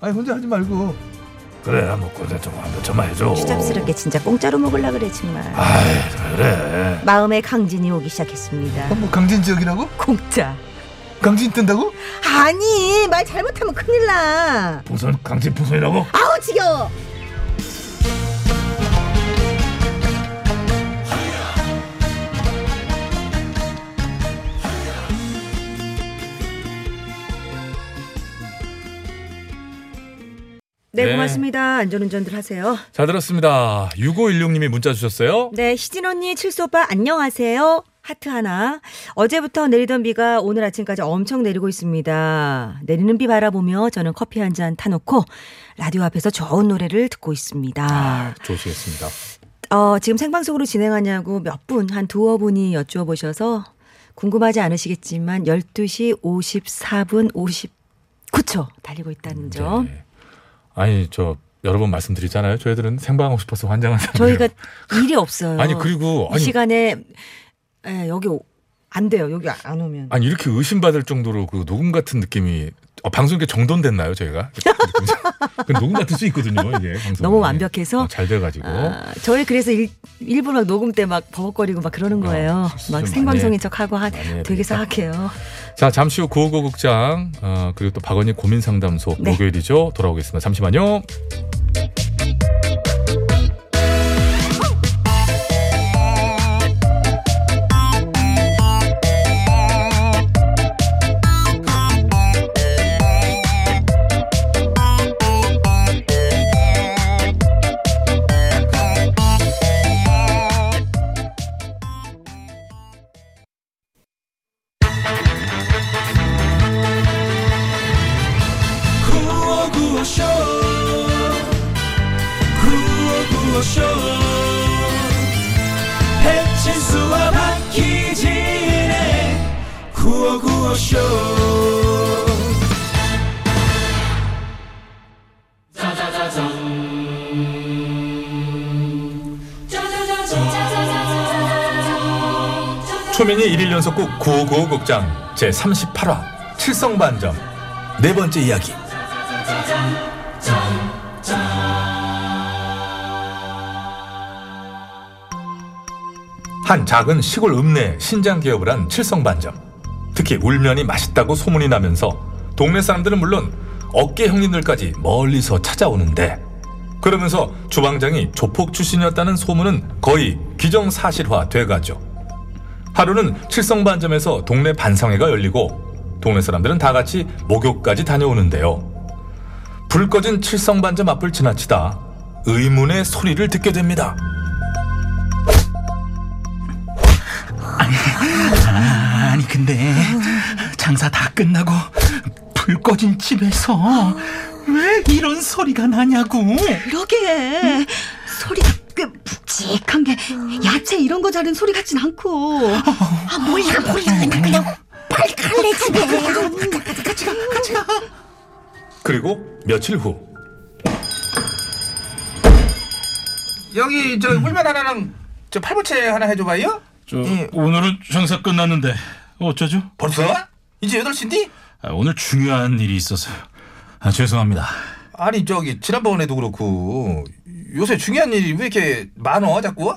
Speaker 7: 아니 혼자 하지 말고. 뭐,
Speaker 11: 그래 한번 꼴대 좀 한번 참아 해줘.
Speaker 4: 추잡스럽게 진짜 공짜로 먹으려 그래 정말.
Speaker 11: 아. 그래.
Speaker 4: 마음의 강진이 오기 시작했습니다.
Speaker 7: 뭐 강진 지역이라고?
Speaker 4: 공짜.
Speaker 7: 강진 뜬다고?
Speaker 4: 아니 말 잘못하면 큰일 나.
Speaker 11: 풍선 강진 풍선이라고?
Speaker 4: 아우 지겨워.
Speaker 1: 네.
Speaker 2: 네, 고맙습니다. 안전운전들 하세요.
Speaker 1: 잘 들었습니다. 6516님이 문자 주셨어요.
Speaker 2: 네, 희진 언니, 칠수 오빠 안녕하세요. 하트 하나. 어제부터 내리던 비가 오늘 아침까지 엄청 내리고 있습니다. 내리는 비 바라보며 저는 커피 한 잔 타놓고 라디오 앞에서 좋은 노래를 듣고
Speaker 1: 아,
Speaker 2: 있습니다.
Speaker 1: 좋으시겠습니다.
Speaker 2: 어, 지금 생방송으로 진행하냐고 몇 분, 한 두어 분이 여쭈어보셔서 궁금하지 않으시겠지만 12시 54분 59초 달리고 있다는 점.
Speaker 1: 네. 아니 저 여러 번 말씀드리잖아요. 저희들은 생방하고 싶어서 환장한 사람.
Speaker 2: 저희가 일이 없어요.
Speaker 1: 아니 그리고
Speaker 2: 이
Speaker 1: 아니
Speaker 2: 시간에 에, 여기 오- 안 돼요. 여기 안 오면.
Speaker 1: 아니 이렇게 의심받을 정도로 그 녹음 같은 느낌이 어, 방송계 정돈됐나요 저희가? *laughs* 그 녹음 같을 수 있거든요 이게 방송.
Speaker 2: 너무 완벽해서
Speaker 1: 어, 잘 돼가지고.
Speaker 2: 아, 저희 그래서 일, 일부러 막 녹음 때 막 버벅거리고 막 그러는
Speaker 1: 아,
Speaker 2: 거예요. 막 생방송인 척하고 한
Speaker 1: 네. 많이
Speaker 2: 되게 사악해요.
Speaker 1: 자 잠시 후 구호고 극장 어, 그리고 또 박원희 고민 상담소
Speaker 2: 네.
Speaker 1: 목요일이죠 돌아오겠습니다. 잠시만요.
Speaker 5: 구워 구워쇼 구워 구워쇼 배칠수와 박희진의 구워 구워쇼
Speaker 1: 초민이 1일 연속극 구호고 극장 제 38화 칠성반점 네 번째 이야기. 한 작은 시골 읍내 신장 기업을 한 칠성반점. 특히 울면이 맛있다고 소문이 나면서 동네 사람들은 물론 어깨 형님들까지 멀리서 찾아오는데 그러면서 주방장이 조폭 출신이었다는 소문은 거의 기정사실화 돼가죠. 하루는 칠성반점에서 동네 반상회가 열리고 동네 사람들은 다 같이 목욕까지 다녀오는데요. 불 꺼진 칠성반점 앞을 지나치다 의문의 소리를 듣게 됩니다.
Speaker 10: 아니 근데 장사 다 끝나고 불 꺼진 집에서 왜 이런 소리가 나냐고
Speaker 12: 그러게 소리가 꽤 묵직한 게 야채 이런 거 자른 소리 같진 않고 아 몰라 몰라 그냥 빨리 갈래 집에 같이 가 같이 가
Speaker 1: 그리고 며칠 후
Speaker 13: 여기 저 울면 하나랑 저 팔보채 하나 해줘봐요.
Speaker 14: 저 오늘은 장사 끝났는데 어쩌죠?
Speaker 13: 벌써? 이제 8시인데?
Speaker 14: 아, 오늘 중요한 일이 있어서요. 아, 죄송합니다.
Speaker 13: 아니 저기 지난번에도 그렇고 요새 중요한 일이 왜 이렇게 많어 자꾸?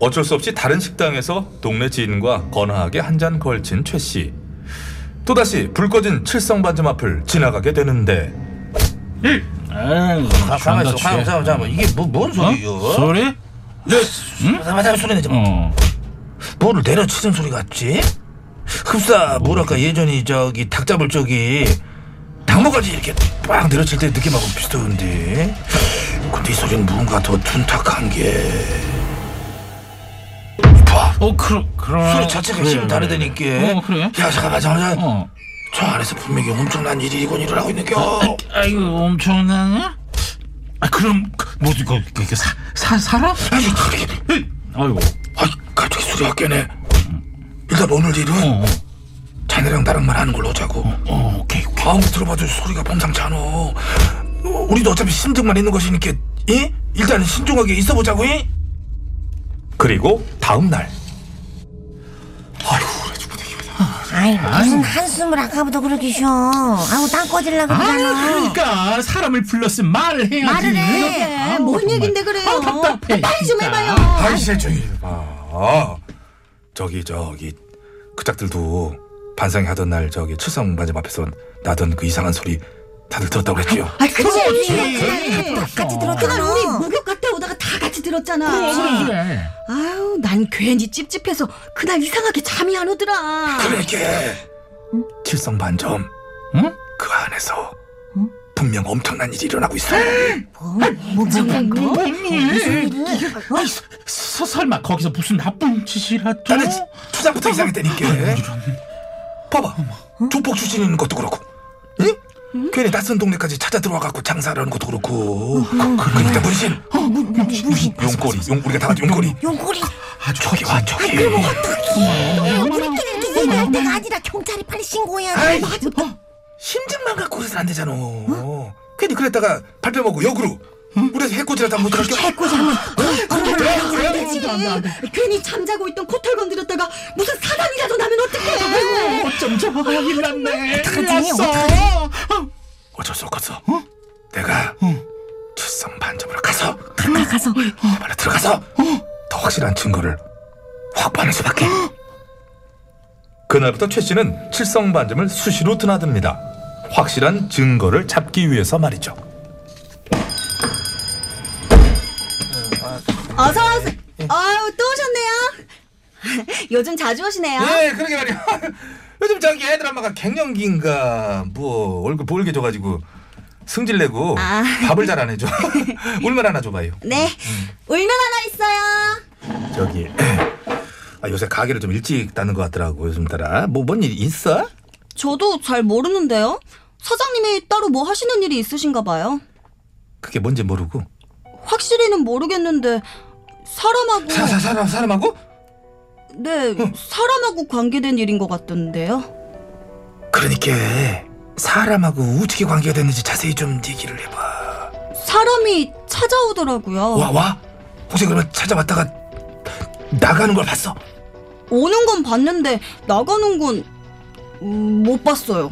Speaker 1: 어쩔 수 없이 다른 식당에서 동네 지인과 건화하게 한 잔 걸친 최 씨. 또다시 불 꺼진 칠성반점 앞을 지나가게 되는데
Speaker 14: 아, 어?
Speaker 13: 가만있어, 가만, 잠깐만, 잠깐만. 이게 뭐, 뭔 소리요?
Speaker 14: 소리? 어.
Speaker 13: 네, 잠깐만, 잠깐 소리
Speaker 15: 어.
Speaker 13: 내지 마. 뭐를 내려치는 소리 같지? 흡사, 뭐랄까, 예전에 저기 닭 잡을 적이 닭목까지 이렇게 빵 내려칠 때 느낌하고 비슷한데. 근데 이 소리는 뭔가 더 둔탁한 게. 봐.
Speaker 14: 어, 그럼, 그럼.
Speaker 13: 소리 자체가
Speaker 14: 그래,
Speaker 13: 힘이
Speaker 14: 그래,
Speaker 13: 다르다니까.
Speaker 14: 그래. 어, 그래.
Speaker 13: 야, 잠깐만, 잠깐만.
Speaker 14: 어.
Speaker 13: 저 안에서 분명히 엄청난 일이 이건 일어나고 있는 겨.
Speaker 14: 아이고, 엄청나냐? 아, 그럼, 그, 뭐, 이거, 이거, 사, 사, 사람? 아이고, 아이고.
Speaker 13: 갑자기 그저 학교네.
Speaker 14: 어.
Speaker 13: 일단 오늘 일은 자네랑 나랑만 하는 걸로 하자고.
Speaker 14: 어,
Speaker 13: 오케이, 오케이. 아무 들어봐도 소리가 범상치 않아. 어, 우리도 어차피 심증만 있는 것이니까, 이? 일단 신중하게 있어보자고, 이? 그리고 다음 날.
Speaker 3: 아이 무슨
Speaker 10: 아유.
Speaker 3: 한숨을 아까부터 그렇게 쉬어. 아우 땅 꺼질라 그러잖아.
Speaker 10: 그러니까 사람을 불렀으면 말을 해야지.
Speaker 3: 말을 해.
Speaker 10: 아우,
Speaker 12: 뭔
Speaker 2: 그러니까.
Speaker 10: 정말.
Speaker 12: 얘긴데 그래요?
Speaker 10: 아우, 답답해.
Speaker 12: 빨리 좀
Speaker 10: 진짜.
Speaker 12: 해봐요.
Speaker 13: 아이씨, 저기, 아. 저기, 저기, 그 짝들도 반상이 하던 날 저기 칠성 반점 앞에서 나던 그 이상한 소리 다들 들었다고 했지요.
Speaker 12: 아, 그치,
Speaker 13: 그치.
Speaker 12: 그치.
Speaker 13: 그치.
Speaker 12: 같이 들었잖아. 그날 우리 목욕 갔다 오다가 다 같이 들었잖아.
Speaker 13: 그래, 그래.
Speaker 12: 아유, 난 괜히 찝찝해서 그날 이상하게 잠이 안 오더라.
Speaker 13: 그러게 칠성 반점 그 안에서 분명 엄청난 일이 일어나고 있어
Speaker 10: 엄청난 거?
Speaker 12: 무슨
Speaker 10: 아이, 서- 서- 설마 거기서 무슨 나쁜 짓이라도?
Speaker 13: 나는 지- 투장부터 이상했다니까 봐봐 조폭 출신 있는 것도 그렇고 응? 괜히 낯선 동네까지 찾아 들어와갖고 장사를 하는 것도 그렇고 그, 그러니까 문신
Speaker 10: 무슨
Speaker 13: 용꼬리 용, 우리가 다 같이 용꼬리
Speaker 3: 용골이
Speaker 13: 음, 아주 뭐 저기 와 저기
Speaker 3: 우리끼리 이렇게 얘기할 때가 아니라 경찰에 빨리 신고해야
Speaker 13: 아이,
Speaker 3: 돼.
Speaker 13: 심증만 갖고 그래서 안 되잖아 괜히 그랬다가 발뺌하고 역으로 우리에서 아, 해코지라도 한번 들을게
Speaker 12: 해코지 한번
Speaker 13: 그래,
Speaker 12: 그러지
Speaker 13: 그래. 안 돼,
Speaker 12: 괜히 잠자고 있던 코털 건드렸다가 무슨 사단이라도 나면 어떡해
Speaker 10: 어쩜 저 큰일 났네
Speaker 12: 어떡하지?
Speaker 13: 어쩔 수 없겠어. 내가 출석 반점으로 가서
Speaker 3: 가까 가서.
Speaker 13: 빨리 들어가서 더 확실한 증거를 확보하는 수밖에. 그날부터 최 씨는 칠성 반점을 수시로 드나듭니다. 확실한 증거를 잡기 위해서 말이죠.
Speaker 12: 어서 오세요 아유 또 오셨네요 *laughs* 요즘 자주 오시네요
Speaker 13: 예, 그러게 말이야. *laughs* 요즘 저기 애들 엄마가 갱년기인가 뭐 얼굴 보일게 줘가지고 승질내고
Speaker 12: 아.
Speaker 13: 밥을 잘 안 해줘. *laughs* 울면 하나 줘봐요.
Speaker 12: 네 울면 하나 있어요
Speaker 13: 저기 *clears throat* 아, 요새 가게를 좀 일찍 닫는 것 같더라고 요즘 따라 뭐 뭔 일 있어?
Speaker 16: 저도 잘 모르는데요. 사장님이 따로 뭐 하시는 일이 있으신가 봐요.
Speaker 13: 그게 뭔지 모르고
Speaker 16: 확실히는 모르겠는데 사람하고
Speaker 13: 사, 사, 사람 사람하고
Speaker 16: 네 사람하고 관계된 일인 것 같던데요.
Speaker 13: 그러니까 사람하고 우측에 관계가 됐는지 자세히 좀 얘기를 해봐
Speaker 16: 사람이 찾아오더라고요.
Speaker 13: 와 와? 혹시 그러면 찾아왔다가 나가는 걸 봤어?
Speaker 16: 오는 건 봤는데 나가는 건 못 봤어요.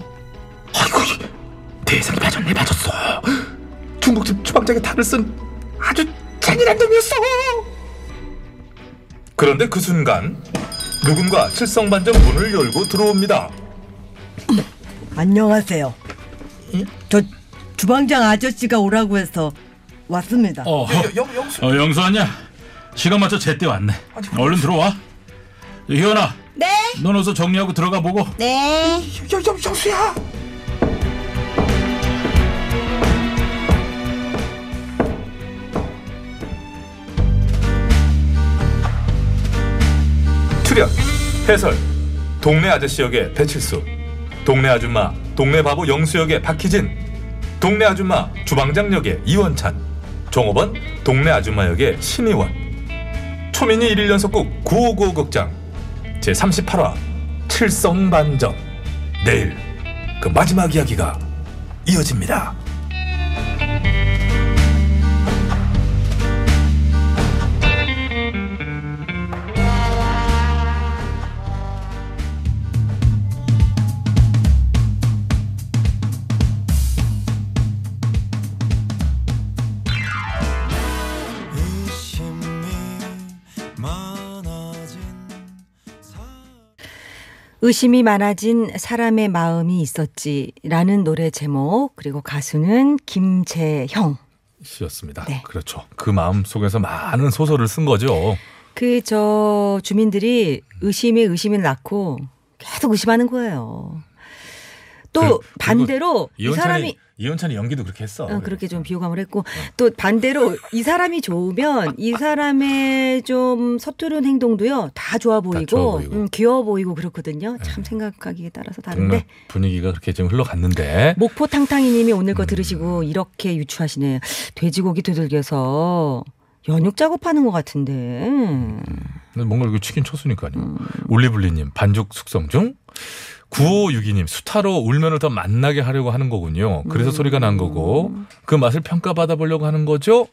Speaker 13: 대상이 봐줬네 봐줬어 중국집 주방장에 탈을 쓴 아주 잔인한 놈이었어 그런데 그 순간 누군가 칠성반점 문을 열고 들어옵니다
Speaker 17: 안녕하세요. 저 주방장 아저씨가 오라고 해서 왔습니다.
Speaker 14: 어, 어, 영수 왔냐? 시간 맞춰 제때 왔네. 얼른 들어와. 희원아,
Speaker 12: 네
Speaker 14: 넌 어서 정리하고 들어가 보고.
Speaker 12: 네.
Speaker 13: 여, 여, 영수야. 출연 해설 동네 아저씨 역의 배칠수 동네 아줌마 동네 바보 영수 역의 박희진 동네 아줌마 주방장 역의 이원찬 종업원 동네 아줌마 역의 신의원 초민이 1일 연속극 955 극장 제38화 칠성반점 내일 그 마지막 이야기가 이어집니다.
Speaker 2: 의심이 많아진 사람의 마음이 있었지라는 노래 제목 그리고 가수는 김재형.
Speaker 1: 씨였습니다.
Speaker 2: 네.
Speaker 1: 그렇죠. 그 마음 속에서 많은 소설을 쓴 거죠.
Speaker 2: 그 저 주민들이 의심이 의심이 낳고 계속 의심하는 거예요. 또 반대로 이
Speaker 1: 이현찬이
Speaker 2: 사람이
Speaker 1: 이현찬이 연기도 그렇게 했어.
Speaker 2: 어, 그렇게 좀 비호감을 했고
Speaker 1: 네.
Speaker 2: 또 반대로 이 사람이 좋으면 이 사람의 좀 서투른 행동도요 다 좋아 보이고,
Speaker 1: 좋아 보이고. 네.
Speaker 2: 음, 귀여워 보이고 그렇거든요. 참 생각하기에 따라서 다른데
Speaker 1: 동네 분위기가 그렇게 지금 흘러갔는데 음.
Speaker 2: 목포 탕탕이님이 오늘 거 들으시고 이렇게 유추하시네요. 돼지고기 두들겨서 연육 작업하는 것 같은데.
Speaker 1: 근데 뭔가 이거 치킨 초수니까요. 올리블리님 반죽 숙성 중. 9562님 수타로 울면을 더 만나게 하려고 하는 거군요. 그래서 소리가 난 거고 그 맛을 평가받아 보려고 하는 거죠.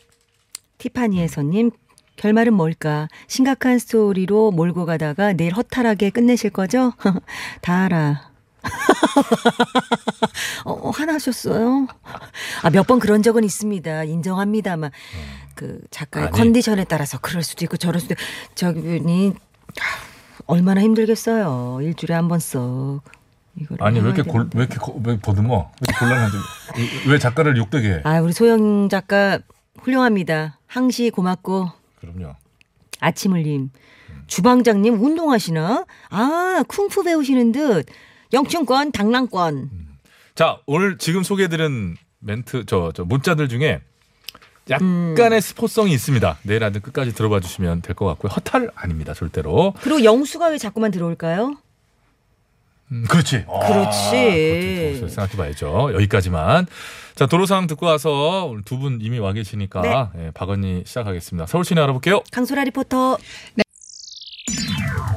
Speaker 2: 티파니에서님 결말은 뭘까? 심각한 스토리로 몰고 가다가 내일 허탈하게 끝내실 거죠? *laughs* 다 알아. *laughs* 어, 화나셨어요? 아, 몇 번 그런 적은 있습니다. 인정합니다만. 그
Speaker 1: 음.
Speaker 2: 작가의
Speaker 1: 아니.
Speaker 2: 컨디션에 따라서 그럴 수도 있고 저럴 수도 있고. 저분이 아, 얼마나 힘들겠어요. 일주일에 한 번 썩. 이거를
Speaker 1: 아니 네. 왜 이렇게
Speaker 2: 해와야
Speaker 1: 골, 왜 이렇게 거- 왜 보듬어? 왜 이렇게 곤란한지 왜- 왜 작가를 욕되게 해?
Speaker 2: 아, 우리 소영 작가 훌륭합니다. 항시 고맙고.
Speaker 1: 그럼요.
Speaker 2: 아침을님.
Speaker 1: 음.
Speaker 2: 주방장님 운동하시나? 아, 쿵푸 배우시는 듯. 영춘권, 당랑권.
Speaker 1: 음. 자 오늘 지금 소개해드린 멘트 저, 저 문자들 중에 약간의 스포성이 있습니다. 내일 아침 끝까지 들어봐 주시면 될 것 같고요. 허탈 아닙니다 절대로.
Speaker 2: 그리고 영수가 왜 자꾸만 들어올까요?
Speaker 1: 음, 그렇지. 아,
Speaker 2: 예. 그렇지.
Speaker 1: 그것도 생각해봐야죠. 여기까지만. 자 도로 상황 듣고 와서 오늘 두 분 이미 와 계시니까
Speaker 2: 네.
Speaker 1: 예, 박언니 시작하겠습니다. 서울 시내 알아볼게요.
Speaker 2: 강소라 리포터.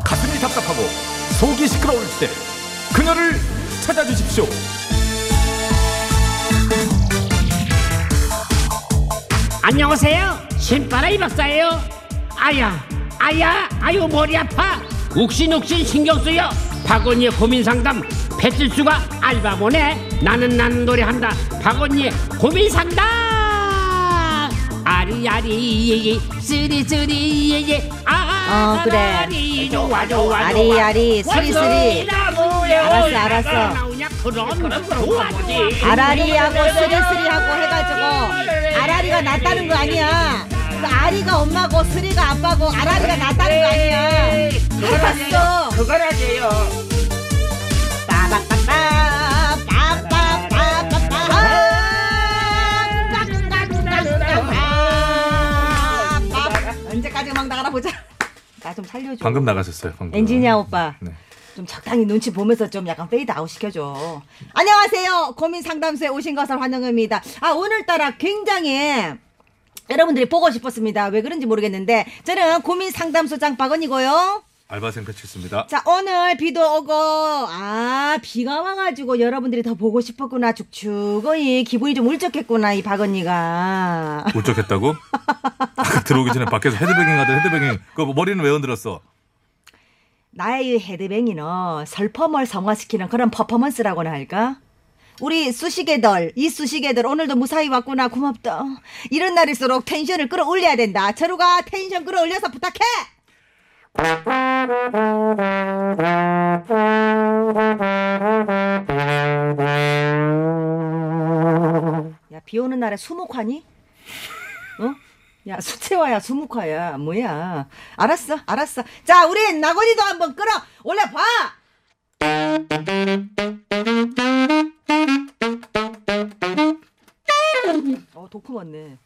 Speaker 1: 가슴이 답답하고 속이 시끄러울 때 그녀를 찾아주십시오.
Speaker 18: 안녕하세요. 신바라이 박사예요. 아야, 아야, 아유 머리 아파. 욱신욱신 신경 쓰여. 박언니의 고민 상담. 배칠수가 알바보네. 나는 나는 노래 한다. 박언니의 고민 상담. 아리아리 예예 쓰리쓰리 예예 아
Speaker 3: 어, 그래.
Speaker 18: 아리 좋아 좋아
Speaker 3: 아리아리, 쓰리쓰리. 알았어, 알았어.
Speaker 18: 그럼 좋아 좋아
Speaker 3: 아라리하고 쓰리쓰리하고 해가지고 아라리가 낫다는 거 아니야. 그 아리가 엄마고 쓰리가 아빠고 아라리가 낫다는 거 아니야. 해봤어.
Speaker 18: 그걸 하세요.
Speaker 2: 언제까지 음악 나가나 보자. 나 좀 살려줘.
Speaker 1: 방금 나가셨어요. 방금.
Speaker 2: 엔지니어 오빠.
Speaker 1: 네.
Speaker 2: 좀 적당히 눈치 보면서 좀 약간 페이드 아웃 시켜줘. 안녕하세요. 고민 상담소에 오신 것을 환영합니다. 아, 오늘따라 굉장히 여러분들이 보고 싶었습니다. 왜 그런지 모르겠는데. 저는 고민 상담소장 박원이고요.
Speaker 1: 알바생 배치수입니다.
Speaker 2: 자, 오늘 비도 오고, 아, 비가 와가지고 여러분들이 더 보고 싶었구나. 죽죽어이 기분이 좀 울적했구나, 이 박언니가.
Speaker 1: 울적했다고? *laughs* 아까 들어오기 전에 밖에서 헤드뱅잉 하던 헤드뱅잉. 그 머리는 왜 흔들었어?
Speaker 2: 나의 헤드뱅이는 설펌을 성화시키는 그런 퍼포먼스라고나 할까? 우리 수식애들, 이 수식애들 오늘도 무사히 왔구나 고맙다. 이런 날일수록 텐션을 끌어올려야 된다. 저루가 텐션 끌어올려서 부탁해. 야, 비 오는 날에 수목화니? 어? 야, 수채화야, 수목화야, 뭐야? 알았어, 알았어. 자, 우리 나건이도 한번 끌어 올려 봐. 어, 도품었네.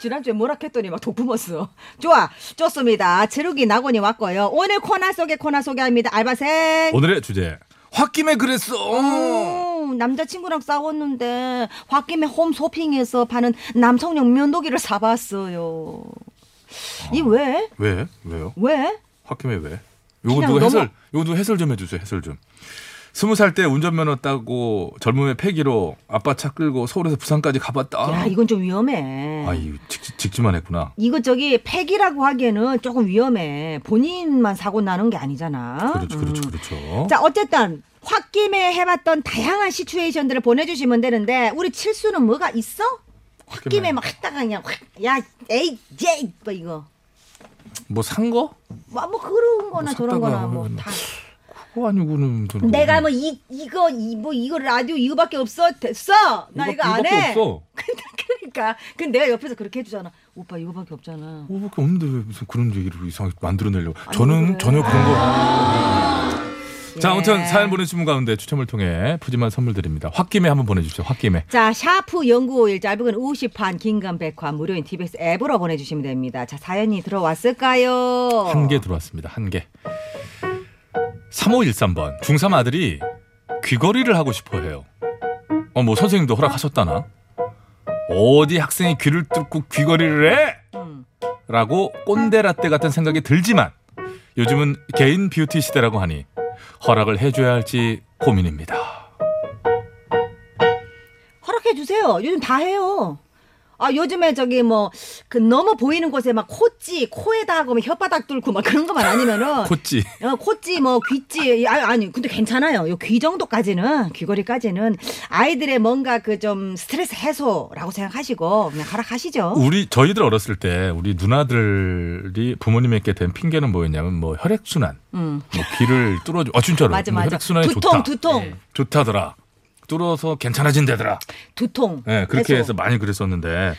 Speaker 2: 지난주에 뭐라 했더니 막 도품었어. 좋아, 좋습니다. 체육이 나곤이 왔고요. 오늘 코너 속의 코너 소개합니다. 알바생.
Speaker 1: 오늘의 주제. 홧김에 그랬어.
Speaker 2: 어, 남자친구랑 싸웠는데 홧김에 홈쇼핑에서 파는 남성용 면도기를 사봤어요.
Speaker 1: 어.
Speaker 2: 이 왜?
Speaker 1: 왜? 왜요?
Speaker 2: 왜?
Speaker 1: 홧김에 왜? 요거
Speaker 2: 그냥
Speaker 1: 누가
Speaker 2: 너무-
Speaker 1: 해설, 요거 누가 해설 좀 해주세요. 해설 좀. 스무 살 때 운전면허 따고 젊음의 패기로 아빠 차 끌고 서울에서 부산까지 가봤다.
Speaker 2: 야, 이건 좀 위험해.
Speaker 1: 아, 이 직, 직지만 했구나.
Speaker 2: 이거 저기 팩이라고 하기에는 조금 위험해. 본인만 사고 나는 게 아니잖아.
Speaker 1: 그렇죠, 그렇죠, 그렇죠.
Speaker 2: 음. 자, 어쨌든 홧김에 해봤던 다양한 시츄에이션들을 보내주시면 되는데 우리 칠수는 뭐가 있어? 홧김에 막 했다가 그냥 확, 야, 에이, 제이, 뭐 이거.
Speaker 1: 뭐 산 거?
Speaker 2: 뭐, 뭐 그런 거나 저런 거나 뭐.
Speaker 1: 다. 그거 아니고는 저는
Speaker 2: 내가 뭐 이 이거 이 뭐 이거 라디오 이거밖에 없어 됐어 나 이거 안
Speaker 1: 이거밖에
Speaker 2: 해. *laughs*
Speaker 1: 없어.
Speaker 2: 그러니까 근데 내가 옆에서 그렇게 해주잖아. 오빠 이거밖에 없잖아.
Speaker 1: 그거밖에 없는데 왜 무슨 그런 얘기를 이상하게 만들어내려고. 저는 전혀 그런 거.
Speaker 2: 아,
Speaker 1: 자,
Speaker 2: 예.
Speaker 1: 아무튼 사연 보내주신 분 가운데 추첨을 통해 푸짐한 선물 드립니다. 홧김에 한번 보내주십시오. 홧김에.
Speaker 2: 자 샤프 0951 짧은 50판 긴건 100판 무료인 TBS 앱으로 보내주시면 됩니다. 자 사연이 들어왔을까요?
Speaker 1: 한 개 들어왔습니다. 한 개. 3513번. 중3 아들이 귀걸이를 하고 싶어 해요. 어, 뭐 선생님도 허락하셨다나? 어디 학생이 귀를 뚫고 귀걸이를 해? 라고 꼰대라떼 같은 생각이 들지만 요즘은 개인 뷰티 시대라고 하니 허락을 해줘야 할지 고민입니다.
Speaker 2: 허락해 주세요. 요즘 다 해요. 아 요즘에 저기 뭐 그 너무 보이는 곳에 막 코찌 코에다 하고 막 혓바닥 뚫고 막 그런 것만 아니면은
Speaker 1: 코찌.
Speaker 2: 어, 코찌 뭐 귀찌 아, 아니 근데 괜찮아요. 요 귀 정도까지는 귀걸이까지는 아이들의 뭔가 그 좀 스트레스 해소라고 생각하시고 그냥 허락하시죠.
Speaker 1: 우리 저희들 어렸을 때 우리 누나들이 부모님에게 된 핑계는 뭐였냐면 뭐 혈액 순환,
Speaker 2: 음.
Speaker 1: 뭐 귀를 뚫어줘. 아 진짜로.
Speaker 2: 맞아
Speaker 1: 뭐
Speaker 2: 맞아.
Speaker 1: 혈액 순환이
Speaker 2: 두통
Speaker 1: 좋다.
Speaker 2: 두통
Speaker 1: 좋다더라. 뚫어서 괜찮아진다더라.
Speaker 2: 두통.
Speaker 1: 예, 그렇게
Speaker 2: 해소.
Speaker 1: 해서 많이 그랬었는데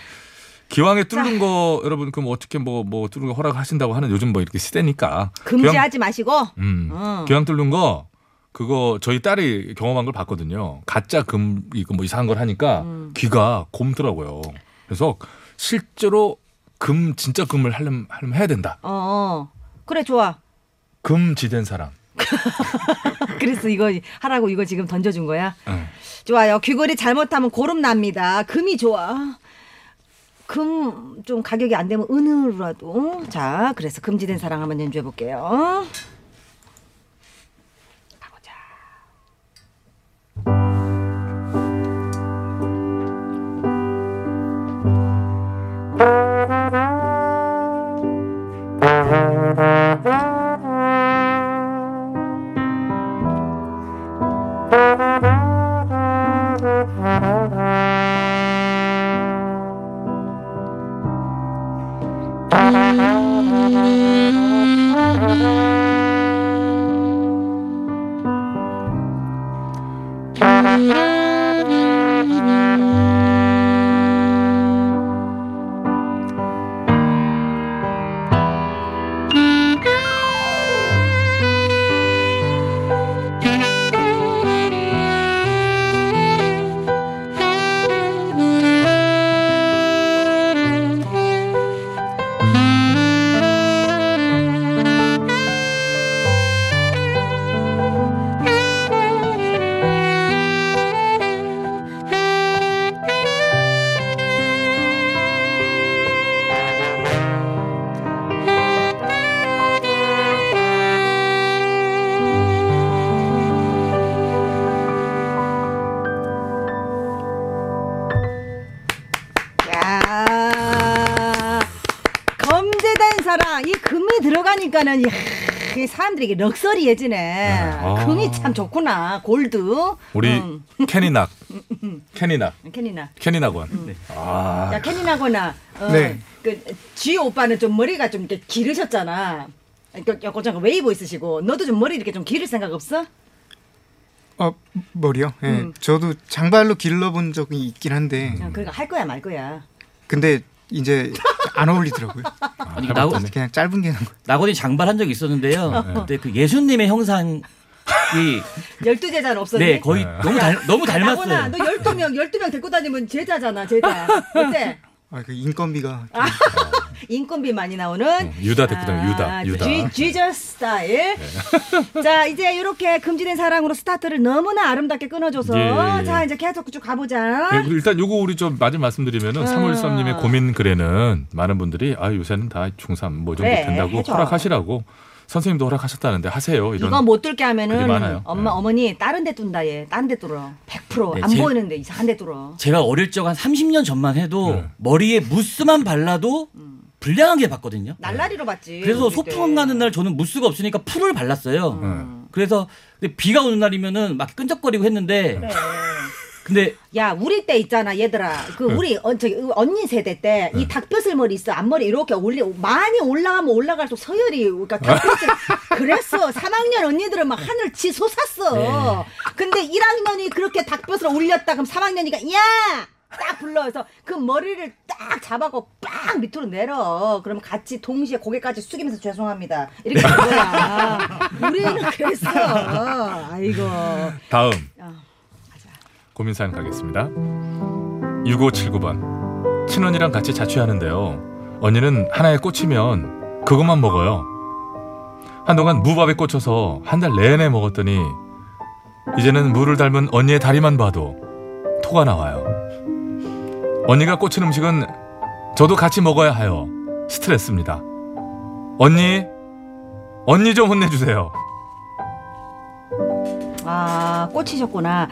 Speaker 1: 기왕에 뚫는 거 여러분 그럼 어떻게 뭐 뭐 뚫는 거 허락하신다고 하는 요즘 뭐 이렇게 시대니까 기왕,
Speaker 2: 금지하지 마시고.
Speaker 1: 음,
Speaker 2: 어.
Speaker 1: 기왕 뚫는 거 그거 저희 딸이 경험한 걸 봤거든요. 가짜 금 이거 뭐 이상한 걸 하니까
Speaker 2: 음.
Speaker 1: 귀가 곰더라고요. 그래서 실제로 금 진짜 금을 하려면, 하려면 해야 된다.
Speaker 2: 어, 어. 그래 좋아. *laughs*
Speaker 1: 금지된 사람.
Speaker 2: 그래서 이거 하라고 이거 지금 던져준 거야.
Speaker 1: 응.
Speaker 2: 좋아요. 귀걸이 잘못하면 고름 납니다. 금이 좋아. 금 좀 가격이 안 되면 은으로라도. 자, 그래서 금지된 사랑 한번 연주해 볼게요. 야. 검제된 사랑 이 금이 들어가니까는 이야, 이 사람들이 이게 럭셔리해지네.
Speaker 1: 아.
Speaker 2: 금이 참 좋구나. 골드.
Speaker 1: 우리
Speaker 2: 음. *laughs*
Speaker 1: 캐니낙, 캐니낙,
Speaker 2: 캐니나.
Speaker 1: 캐니낙원.
Speaker 2: 음.
Speaker 1: 아,
Speaker 2: 야, 캐니나거나 어,
Speaker 1: 네.
Speaker 2: 그 주희 오빠는 좀 머리가 좀 이렇게 기르셨잖아. 그, 여 고장 웨이브 있으시고 너도 좀 머리 이렇게 좀 기를 생각 없어?
Speaker 15: 어 머리요? 예.
Speaker 2: 음.
Speaker 15: 저도 장발로 길러본 적이 있긴 한데
Speaker 2: 어, 그러니까 할 거야 말 거야.
Speaker 15: 근데 이제 안 어울리더라고요.
Speaker 19: 아니, 나-
Speaker 15: 그냥 짧은 게 나은 거.
Speaker 19: 낙원이 장발한 적이 있었는데요.
Speaker 2: 네.
Speaker 19: 그때 그 예수님의 형상이
Speaker 2: 열두 제자는 없었니?
Speaker 19: 네 거의 너무 닮 너무
Speaker 2: 나보나
Speaker 19: 닮았어요.
Speaker 2: 너 열두 명 열두 명 데리고 다니면 제자잖아 제자. 어때?
Speaker 15: 아, 그 인건비가
Speaker 2: 아, 인건비 많이 나오는
Speaker 1: 음,
Speaker 2: 아,
Speaker 1: 유다 데리고 다녀 유다, 유다. 네.
Speaker 2: 지저 스타일. *laughs* 자 이제 이렇게 금지된 사랑으로 스타트를 너무나 아름답게 끊어줘서
Speaker 1: 예, 예.
Speaker 2: 자 이제 계속 쭉 가보자.
Speaker 1: 네, 그리고 일단 요거 우리 좀 마지막 말씀드리면은
Speaker 2: 음.
Speaker 1: 313님의 고민 글에는 많은 분들이 아 요새는 다 중삼 뭐 정도
Speaker 2: 그래,
Speaker 1: 된다고
Speaker 2: 해줘.
Speaker 1: 허락하시라고 선생님도 허락하셨다는데 하세요 이런
Speaker 2: 이거 못 뚫게
Speaker 1: 그게
Speaker 2: 하면은
Speaker 1: 많아요. 예.
Speaker 2: 엄마 어머니 다른 데 뚫다 얘 다른 데 뚫어 100%안
Speaker 19: 네, 제-
Speaker 2: 보이는데 이상한 데 뚫어
Speaker 1: 예.
Speaker 19: 제가 어릴 적 한 30년 전만 해도 머리에 무스만 발라도 불량하게 봤거든요.
Speaker 2: 날라리로 봤지
Speaker 19: 그래서
Speaker 2: 우리 때.
Speaker 19: 소풍 가는 날 저는 무스가 없으니까 풀을 발랐어요. 그래서 근데 비가 오는 날이면은 막 끈적거리고 했는데 근데
Speaker 2: 야 우리 때 있잖아 얘들아 그
Speaker 19: 네.
Speaker 2: 우리 어, 저기 언니 세대 때 이 닭뼈슬 머리 있어 앞머리 이렇게 올리 많이 올라가면 올라갈수록 서열이 그러니까 닭뼈슬 그랬어 3학년 언니들은 막 하늘 치 솟았어 근데 1학년이 그렇게 닭뼈슬 올렸다 그럼 3학년이가 야 딱 불러서 그 머리를 딱 잡아고 빡 밑으로 내려 그럼 같이 동시에 고개까지 숙이면서 죄송합니다 이렇게 된 거야 우리는 그랬어 아이고
Speaker 1: 다음
Speaker 2: 어.
Speaker 1: 고민 사연 가겠습니다. 6579번 친언니랑 같이 자취하는데요. 언니는 하나에 꽂히면 그것만 먹어요. 한동안 무밥에 꽂혀서 한 달 내내 먹었더니 이제는 무를 닮은 언니의 다리만 봐도 토가 나와요. 언니가 꽂힌 음식은 저도 같이 먹어야 하여 스트레스입니다. 언니, 언니 좀 혼내주세요.
Speaker 2: 아, 꽂히셨구나.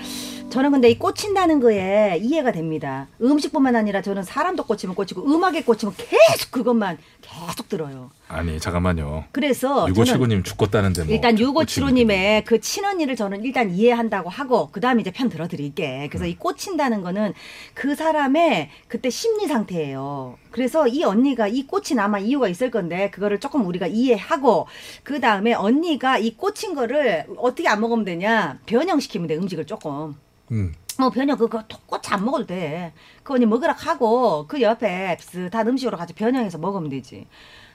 Speaker 2: 저는 근데 이 꽂힌다는 거에 이해가 됩니다. 음식뿐만 아니라 저는 사람도 꽂히면 꽂히고 음악에 꽂히면 계속 그것만 계속 들어요.
Speaker 1: 아니 잠깐만요.
Speaker 2: 그래서 저는
Speaker 1: 6579님 죽겠다는데 뭐.
Speaker 2: 일단 6575님의 그 친언니를 저는 일단 이해한다고 하고 그 다음에 이제 편 들어드릴게. 그래서 이 꽂힌다는 거는 그 사람의 그때 심리 상태예요. 그래서 이 언니가 이 꽃이 남아 이유가 있을 건데 그거를 조금 우리가 이해하고 그 다음에 언니가 이 꽂힌 거를 어떻게 안 먹으면 되냐 변형시키면 돼 음식을 조금.
Speaker 1: 음.
Speaker 2: 뭐 변형 그거 꽃이 안 먹어도 돼. 그 언니 먹으라 하고 그 옆에 비슷한 음식으로 같이 변형해서 먹으면 되지.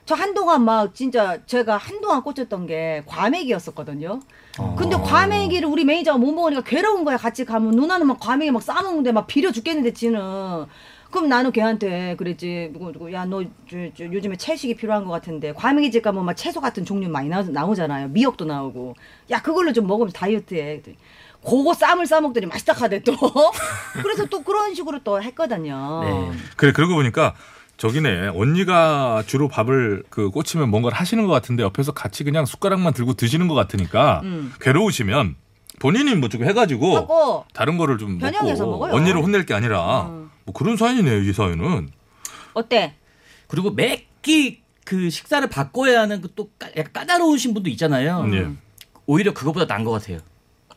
Speaker 2: 저 한동안 막 진짜 제가 한동안 꽂혔던 게 과메기였었거든요. 근데 과메기를 우리 매니저가 못 먹으니까 괴로운 거야. 같이 가면 누나는 막 과메기 막 싸먹는데 막 비려 죽겠는데 지는. 그럼 나는 걔한테 그랬지. 야너 요즘에 채식이 필요한 것 같은데 과메기 집 가면 뭐 막 채소 같은 종류 많이 나, 나오잖아요. 미역도 나오고. 야 그걸로 좀 먹으면 다이어트해. 그랬더니 그거 쌈을 싸먹더니 맛있다 카대 또. *laughs* 그래서 또 그런 식으로 또 했거든요.
Speaker 1: 그래 그러고 보니까 저기네 언니가 주로 밥을 그 꽂히면 뭔가를 하시는 것 같은데 옆에서 같이 그냥 숟가락만 들고 드시는 것 같으니까
Speaker 2: 음.
Speaker 1: 괴로우시면 본인이 뭐 조금 해가지고
Speaker 2: 하고
Speaker 1: 다른 거를 좀
Speaker 2: 변형해서
Speaker 1: 먹고
Speaker 2: 먹어요.
Speaker 1: 언니를 혼낼 게 아니라 뭐 그런 사연이네요 이 사연은.
Speaker 2: 어때?
Speaker 19: 그리고 매끼 그 식사를 바꿔야 하는 그 또 약간 까다로우신 분도 있잖아요.
Speaker 1: 예.
Speaker 2: 음.
Speaker 19: 오히려 그것보다 나은 것 같아요.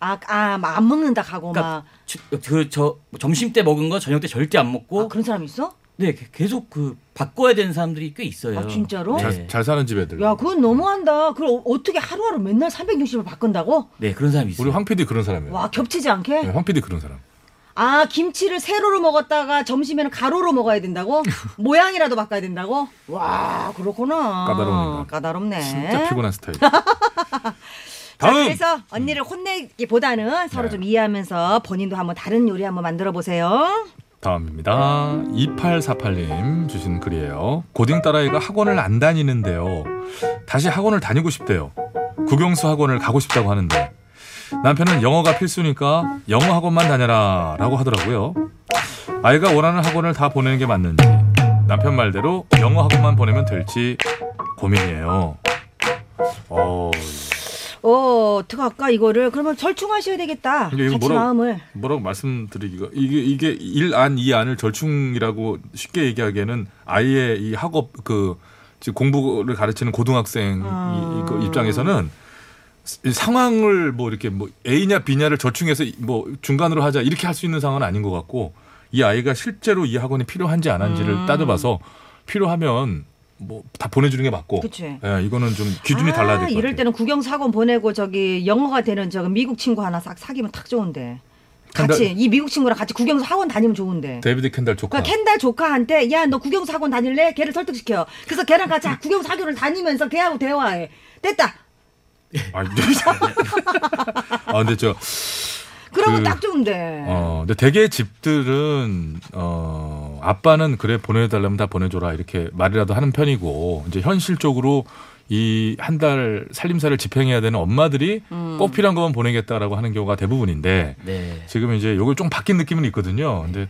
Speaker 19: 그러니까
Speaker 2: 아, 아, 막 안 먹는다 하고
Speaker 1: 그러니까
Speaker 2: 막.
Speaker 19: 그저 뭐 점심 때 먹은 거 저녁 때 절대 안
Speaker 1: 뭐?
Speaker 3: 아,
Speaker 19: 먹고
Speaker 2: 아, 그런 사람 있어?
Speaker 19: 네 게- 계속 그 바꿔야 되는 사람들이 꽤 있어요. 네.
Speaker 2: 아, 진짜로?
Speaker 1: 잘, 잘 사는 집 애들.
Speaker 2: 야, 그건 너무한다. 그걸 어- 어떻게 하루하루 맨날 360을 바꾼다고?
Speaker 1: 네 그런 사람이 있어요. 우리 황 PD 그런 사람이에요.
Speaker 2: 와, 겹치지 않게?
Speaker 1: 네, 황 PD 그런 사람.
Speaker 2: 아, 김치를 세로로 먹었다가 점심에는 가로로
Speaker 1: *laughs*
Speaker 2: 먹어야 된다고? 모양이라도 바꿔야 된다고? 와, 그렇구나.
Speaker 1: 까다로운 인간.
Speaker 2: 까다롭네.
Speaker 1: 진짜 피곤한 스타일. *laughs*
Speaker 2: 자,
Speaker 1: 다음! 네.
Speaker 2: 그래서 언니를 혼내기보다는 서로 좀 이해하면서 본인도 한번 다른 요리 한번 만들어 보세요.
Speaker 1: 다음입니다. 2848님 주신 글이에요. 고딩 딸아이가 학원을 안 다니는데요. 다시 학원을 다니고 싶대요. 국영수 학원을 가고 싶다고 하는데 남편은 영어가 필수니까 영어 학원만 다녀라 라고 하더라고요. 아이가 원하는 학원을 다 보내는 게 맞는지 남편 말대로 영어 학원만 보내면 될지 고민이에요. 어,
Speaker 2: 어, 어떡할까, 이거를. 그러면 절충하셔야 되겠다.
Speaker 1: 이게
Speaker 2: 같이
Speaker 1: 뭐라고-
Speaker 2: 마음을.
Speaker 1: 뭐라고 말씀드리기가 이게 이게 일 안 이 안을 절충이라고 쉽게 얘기하기에는 아이의 이 학업 그 지금 공부를 가르치는 고등학생
Speaker 2: 아.
Speaker 1: 이, 이거 입장에서는 스- 이 상황을 뭐 이렇게 뭐 A냐 B냐를 절충해서 이- 뭐 중간으로 하자 이렇게 할 수 있는 상황은 아닌 것 같고 이 아이가 실제로 이 학원이 필요한지 안 한지를
Speaker 2: 음.
Speaker 1: 따져봐서 필요하면 뭐 다 보내주는 게 맞고
Speaker 2: 그치.
Speaker 1: 예, 이거는 좀 기준이 달라야
Speaker 2: 아,
Speaker 1: 될 것
Speaker 2: 이럴
Speaker 1: 같아요.
Speaker 2: 때는 국영사건 보내고 저기 영어가 되는 저기 미국 친구 하나 싹 사귀면 탁 좋은데.
Speaker 1: 근데-
Speaker 2: 같이 이 미국 친구랑 같이 국영사 학원 다니면 좋은데.
Speaker 1: 데이비드 캔달 조카.
Speaker 2: 그러니까 캔달 조카한테 야 너 국영사 학원 다닐래? 걔를 설득시켜. 그래서 걔랑 같이 국영사 학원을 다니면서 걔하고 대화해. 됐다.
Speaker 1: 아, 이제- *laughs* 아 근데 저
Speaker 2: 그러면
Speaker 1: 그-
Speaker 2: 딱 좋은데.
Speaker 1: 어, 근데 대개 집들은 어, 아빠는 그래 보내달라면 다 보내줘라 이렇게 말이라도 하는 편이고 이제 현실적으로 이 한 달 살림살을 집행해야 되는 엄마들이
Speaker 19: 음.
Speaker 1: 꼭 필요한 것만 보내겠다라고 하는 경우가 대부분인데
Speaker 19: 네.
Speaker 1: 지금 이제 요걸 좀 바뀐 느낌은 있거든요. 근데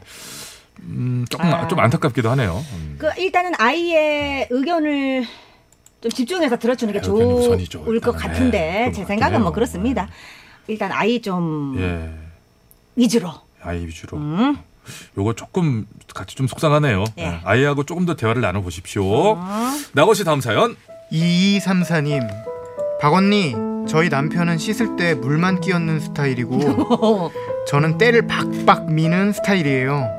Speaker 1: 음, 조금 아,
Speaker 2: 아.
Speaker 1: 좀 안타깝기도 하네요. 음.
Speaker 2: 그 일단은 아이의 의견을 좀 집중해서 들어주는 게
Speaker 1: 아, 의견이 우선이죠,
Speaker 2: 좋을 것
Speaker 1: 일단은. 네,
Speaker 2: 같은데
Speaker 1: 그런
Speaker 2: 제
Speaker 1: 것
Speaker 2: 생각은
Speaker 1: 같긴
Speaker 2: 뭐
Speaker 1: 해요. 네.
Speaker 2: 그렇습니다. 일단 아이 좀
Speaker 1: 예,
Speaker 2: 위주로.
Speaker 1: 아이 위주로.
Speaker 2: 음.
Speaker 1: 요거 조금 같이 좀 속상하네요.
Speaker 2: 예. 어.
Speaker 1: 아이하고 조금 더 대화를 나눠 보십시오. 나고씨 다음 사연.
Speaker 15: 2234님 박언니 저희 남편은 씻을 때 물만 끼얹는 스타일이고 저는 때를 박박 미는 스타일이에요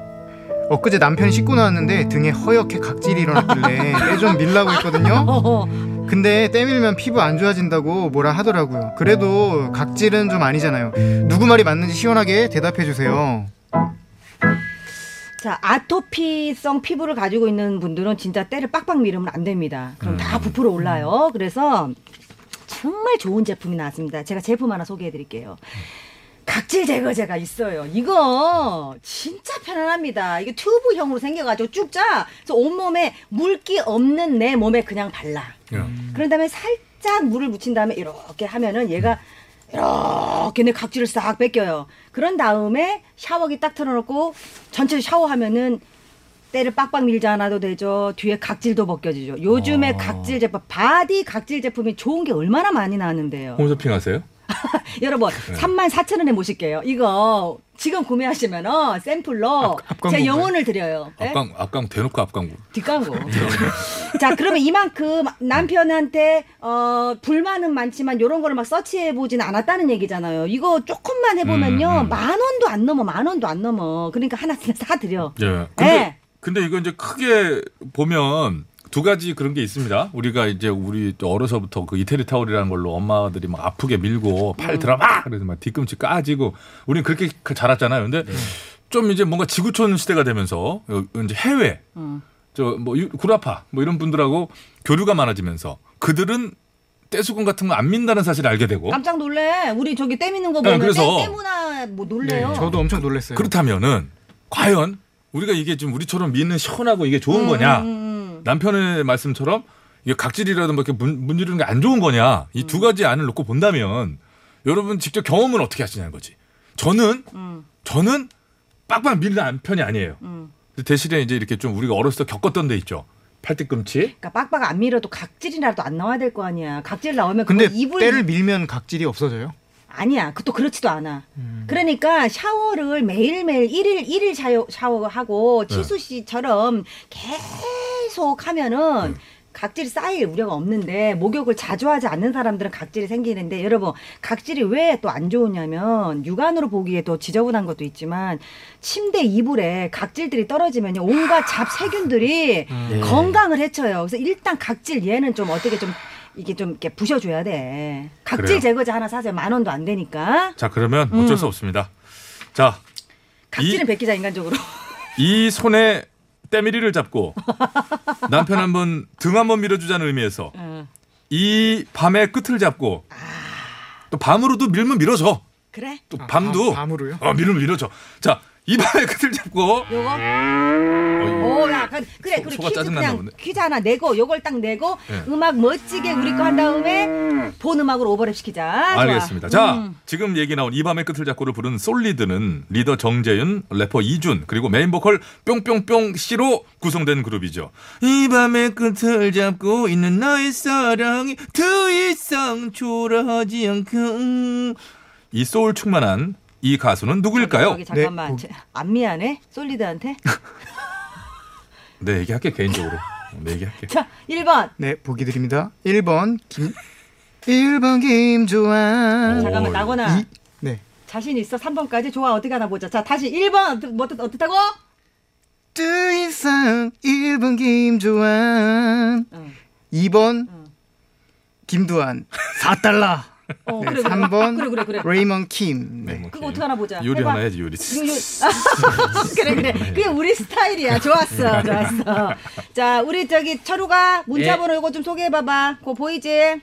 Speaker 15: 엊그제 남편이 씻고 나왔는데 등에 허옇게 각질이 일어났길래 때 좀 밀라고 했거든요 근데 때 밀면 피부 안 좋아진다고 뭐라 하더라고요 그래도 각질은 좀 아니잖아요 누구 말이 맞는지 시원하게 대답해 주세요
Speaker 2: 자 아토피성 피부를 가지고 있는 분들은 진짜 때를 빡빡 미르면 안 됩니다. 그럼 다 부풀어 올라요. 그래서 정말 좋은 제품이 나왔습니다. 제가 제품 하나 소개해드릴게요. 각질 제거제가 있어요. 이거 진짜 편안합니다. 이게 튜브형으로 생겨가지고 쭉 짜. 그래서 온몸에 물기 없는 내 몸에 그냥 발라.
Speaker 1: 예.
Speaker 2: 그런 다음에 살짝 물을 묻힌 다음에 이렇게 하면은 얘가 이렇게 내 각질을 싹 뺏겨요. 그런 다음에 샤워기 딱 틀어놓고 전체 샤워하면은 때를 빡빡 밀지 않아도 되죠. 뒤에 각질도 벗겨지죠.
Speaker 1: 아.
Speaker 2: 요즘에 각질 제품, 바디 각질 제품이 좋은 게 얼마나 많이 나왔는데요.
Speaker 1: 홈쇼핑 하세요?
Speaker 2: 여러분,
Speaker 1: 네.
Speaker 2: 34,000원에 모실게요. 이거 지금 구매하시면 어, 샘플로 제
Speaker 1: 앞광고인가요?
Speaker 2: 영혼을 드려요. 예?
Speaker 1: 앞광 앞광 대놓고 앞광고.
Speaker 2: 뒷광고.
Speaker 1: 네.
Speaker 2: 자, 그러면 이만큼 남편한테 어, 불만은 많지만 요런 거를 막 서치해 보진 않았다는 얘기잖아요. 이거 조금만 해 보면요.
Speaker 1: 음, 음.
Speaker 2: 만 원도 안 넘어. 만 원도 안 넘어. 그러니까 하나 그냥 사 드려.
Speaker 1: 예. 근데
Speaker 2: 네.
Speaker 1: 근데 이거 이제 크게 보면 두 가지 그런 게 있습니다. 우리가 이제 우리 어려서부터 그 이태리 타올이라는 걸로 엄마들이 막 아프게 밀고 팔 들어봐 그래서 막 뒤꿈치 까지고 우리는 그렇게 자랐잖아요. 근데 좀 이제 뭔가 지구촌 시대가 되면서 이제 해외 저 뭐 구라파 뭐 이런 분들하고 교류가 많아지면서 그들은 떼수건 같은 거 안 민다는 사실을 알게 되고
Speaker 2: 깜짝 놀래. 우리 저기 때 미는 거
Speaker 1: 어? 네,
Speaker 2: 보면
Speaker 1: 그래서- 네,
Speaker 2: 때, 때문에 뭐 놀래요.
Speaker 1: 엄청 놀랐어요. 그렇다면은 과연 우리가 이게 지금 우리처럼 미는 시원하고 이게 좋은 거냐? 남편의 말씀처럼 이게 각질이라든 뭐 이렇게 문, 문지르는 게 안 좋은 거냐? 이 두 가지 안을 놓고 본다면 여러분 직접 경험은 어떻게 하시냐는 거지. 저는 저는 빡빡 밀는 안- 편이 아니에요. 근데 대신에 이제 이렇게 좀 우리가 어렸을 때 겪었던 데 있죠. 팔뚝꿈치.
Speaker 2: 그러니까 빡빡 안 밀어도 각질이라도 안 나와야 될 거 아니야. 각질 나오면
Speaker 15: 근데
Speaker 2: 그거 이불
Speaker 15: 때를 밀면 각질이 없어져요?
Speaker 2: 아니야. 그것도 그렇지도 않아. 그러니까 샤워를 매일매일 일일일일 샤워, 샤워하고
Speaker 1: 네.
Speaker 2: 지수 씨처럼 계속
Speaker 1: 네.
Speaker 2: 하면은 각질이 쌓일 우려가 없는데 목욕을 자주 하지 않는 사람들은 각질이 생기는데 여러분 각질이 왜 또 안 좋으냐면 육안으로 보기에 또 지저분한 것도 있지만 침대 이불에 각질들이 떨어지면 요 온갖 잡세균들이
Speaker 1: 아, 음.
Speaker 2: 건강을 해쳐요. 그래서 일단 각질 얘는 좀 어떻게 좀 이게 좀 이렇게 부셔줘야 돼. 각질
Speaker 1: 그래요.
Speaker 2: 제거제 하나 사세요. 만 원도 안 되니까.
Speaker 1: 자 그러면 어쩔
Speaker 2: 음.
Speaker 1: 수 없습니다. 자
Speaker 2: 각질은 베끼자 인간적으로. *laughs*
Speaker 1: 이 손에 때밀이를 잡고 남편 한번 등 한번 밀어주자는 의미에서 이 밤의 끝을 잡고 또 밤으로도 밀면 밀어줘.
Speaker 2: 그래?
Speaker 1: 또 아, 밤도 밤으로요? 어 밀면 밀어줘. 자이 밤의 끝을 잡고
Speaker 2: 요거.
Speaker 1: 어이.
Speaker 2: 오, 야, 그- 그래, 그래.
Speaker 1: 음. 소가
Speaker 2: 퀴즈
Speaker 1: 짜증났나
Speaker 2: 그냥
Speaker 1: 보네.
Speaker 2: 퀴즈 하나 내고 요걸 딱 내고
Speaker 1: 예.
Speaker 2: 음악 멋지게 우리 거 한 다음에 본 음악으로 오버랩 시키자. 좋아.
Speaker 1: 알겠습니다. 자,
Speaker 2: 음.
Speaker 1: 지금 얘기 나온 이 밤의 끝을 잡고를 부른 솔리드는 리더 정재윤, 래퍼 이준, 그리고 메인 보컬 뿅뿅뿅 씨로 구성된 그룹이죠. 이 밤의 끝을 잡고 있는 나의 사랑이 더 이상 초라하지 않고 이 소울 충만한 이 가수는 누구일까요?
Speaker 2: 저기
Speaker 15: 네,
Speaker 2: 잠깐만. 제- 안 미안해? 솔리드한테? *laughs*
Speaker 1: 네, 얘기할게 개인적으로. 네, 얘기할게.
Speaker 2: 자, 1번.
Speaker 15: 네, 보기 드립니다. 1번 김 1번
Speaker 1: 어,
Speaker 15: 김조아.
Speaker 2: 잠깐만, 나거나.
Speaker 15: 이- 네.
Speaker 2: 자신 있어? 3번까지? 좋아, 어떻게 하나 보자. 자, 다시 1번. 뭐, 어떻- 어떻다고?
Speaker 15: 더 이상 1번 김조한 2번 김두한 4달러
Speaker 2: 어,
Speaker 15: 네,
Speaker 2: 그래, 그래.
Speaker 15: 3번
Speaker 2: 그래, 그래, 그래.
Speaker 15: 레이먼
Speaker 1: *laughs*
Speaker 15: 킴 네.
Speaker 2: 그거 어떻게 하나 보자.
Speaker 1: 뭐, 요리
Speaker 2: 해봐.
Speaker 1: 하나 해야지, 요리.
Speaker 2: 요- 요- *laughs* 아, 그래 그래. 그게 우리 스타일이야. 좋았어. 좋았어. 자, 우리 저기 철우가 문자
Speaker 19: 네.
Speaker 2: 번호 요거 좀 소개해 봐 봐. 그거 보이지?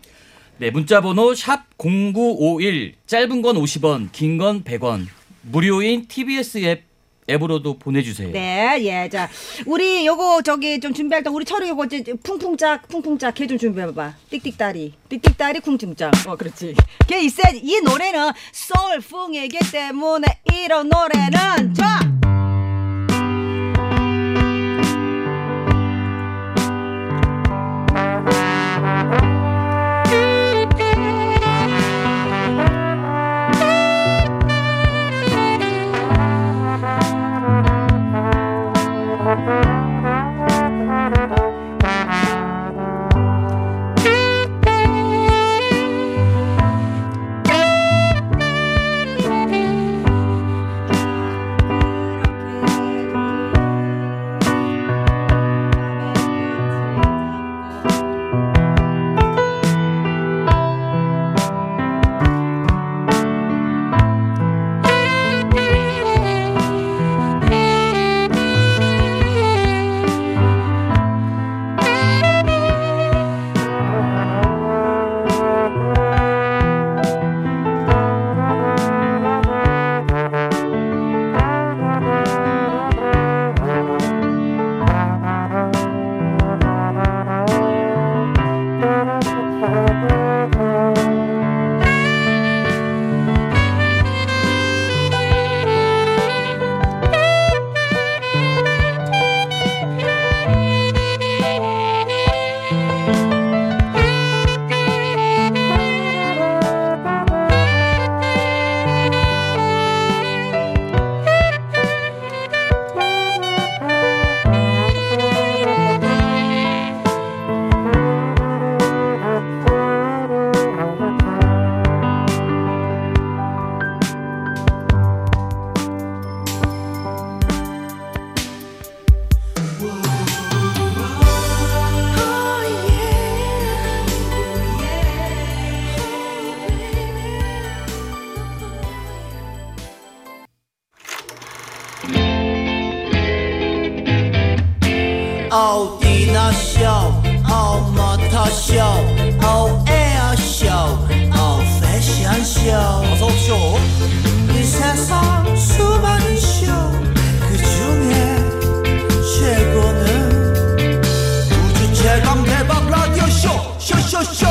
Speaker 19: 네, 문자 번호 샵 0951. 짧은 건 50원, 긴 건 100원. 무료인 TBS 앱 앱으로도 보내 주세요.
Speaker 2: 네, 예. 자, 우리 요거 저기 좀 준비할 때 우리 철우 요거 이제 풍풍짝 풍풍짝 걔 좀 준비해 봐. 띡띡다리. 띡띡다리 쿵쿵짝. 어, 그렇지. 걔 있어. 이 노래는 소울풍이기 때문에 이런 노래는 좋아.
Speaker 5: 아 哦，迪娜秀，哦，模特秀，哦，air show，哦，fashion show，어서 오쇼. 이 세상 수많은 쇼, 그 중에 최고는 우주 최강 대박 라디오 쇼, 쇼쇼쇼.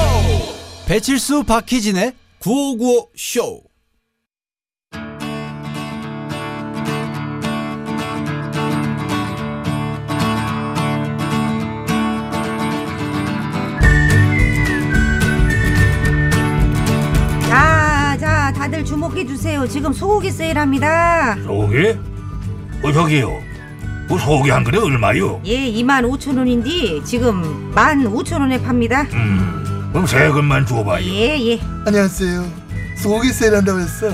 Speaker 3: 배칠수 박희진의 9595 쇼.
Speaker 2: 자, 자, 다들 주목해 주세요. 지금 소고기 세일합니다.
Speaker 11: 소고기? 어 저기요 그 소고기 한 그릇 얼마요?
Speaker 2: 예, 2만 5천 원인데 지금 1만 5천 원에 팝니다.
Speaker 11: 그럼 세금만 줘봐요
Speaker 2: 예, 예.
Speaker 7: 안녕하세요. 소고기 세일한다고 해서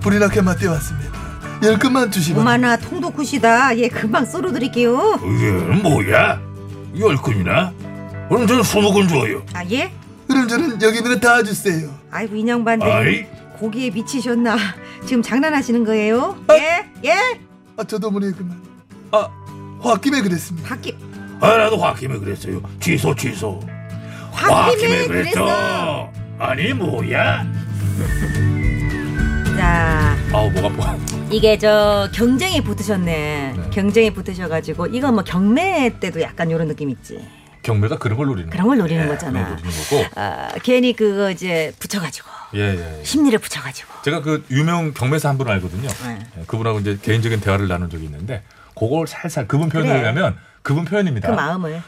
Speaker 7: 불이나 개마트에 왔습니다. 열 근만 주시면
Speaker 2: 오마나 통도 크시다. 예, 금방 썰어 드릴게요.
Speaker 11: 이게 뭐야? 열 근이나? 그럼 저는 스무 근 줘요
Speaker 2: 아, 예?
Speaker 7: 그럼 저는 여기 있는 거 다 주세요.
Speaker 2: 아이고 인형반들
Speaker 11: 아이.
Speaker 2: 고기에 미치셨나? 지금 장난하시는 거예요? 예? 예?
Speaker 7: 아, 저도 모르게 그만. 아, 홧김에 그랬습니다.
Speaker 2: 홧김.
Speaker 11: 아 나도 홧김에 그랬어요 취소 취소 홧김에 그랬어 아니 뭐야
Speaker 2: 자,
Speaker 1: 아우 뭐. 목 아파.
Speaker 20: 이게 저 경쟁이 붙으셨네. 경쟁이 붙으셔가지고 이거 뭐 경매 때도 약간 이런 느낌 있지.
Speaker 1: 경매가 그런 걸 노리는
Speaker 20: 그런 걸
Speaker 1: 거예요.
Speaker 20: 노리는
Speaker 1: 예,
Speaker 20: 거잖아.
Speaker 1: 그런 걸 노리는 거고.
Speaker 20: 아, 괜히 그거 이제 붙여가지고
Speaker 1: 예, 예, 예.
Speaker 20: 심리를 붙여가지고.
Speaker 1: 제가 그 유명 경매사 한 분을 알거든요.
Speaker 2: 네.
Speaker 1: 예, 그분하고 이제 개인적인 대화를 나눈 적이 있는데 그걸 살살 그분 표현을
Speaker 20: 그래.
Speaker 1: 하면 그분 표현입니다.
Speaker 20: 그
Speaker 2: 아-
Speaker 20: 마음을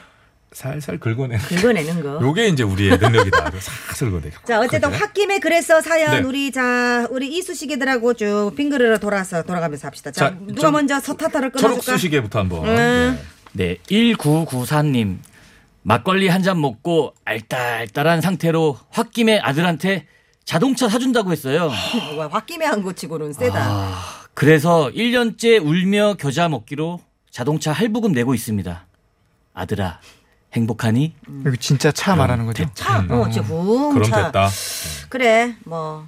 Speaker 1: 살살 긁어내는
Speaker 20: 긁어내는 거.
Speaker 1: 요게 이제 우리의 능력이다. 살살 긁어내기.
Speaker 2: *laughs* 자 어쨌든 홧김에 그래서 사연
Speaker 1: 그렇죠. 네.
Speaker 2: 우리 자 우리 이쑤시개들하고 쭉 빙그르르 돌아서 돌아가면서 합시다. 자,
Speaker 19: 자,
Speaker 2: 누가
Speaker 19: 좀
Speaker 2: 먼저 서타타를 끊어줄까?
Speaker 1: 초록수시개부터 한번.
Speaker 2: 음.
Speaker 19: 네, 1994님. 막걸리 한 잔 먹고 알딸딸한 상태로 홧김에 아들한테 자동차 사준다고 했어요.
Speaker 2: 와, 뭐, 홧김에 한 거치고는 세다.
Speaker 1: 아,
Speaker 19: 그래서 1년째 울며 겨자 먹기로 자동차 할부금 내고 있습니다. 아들아, 행복하니?
Speaker 15: 여기 진짜 차 말하는
Speaker 11: 네.
Speaker 15: 거죠?
Speaker 2: 차, 어, 이제 붕 차. 그래, 뭐.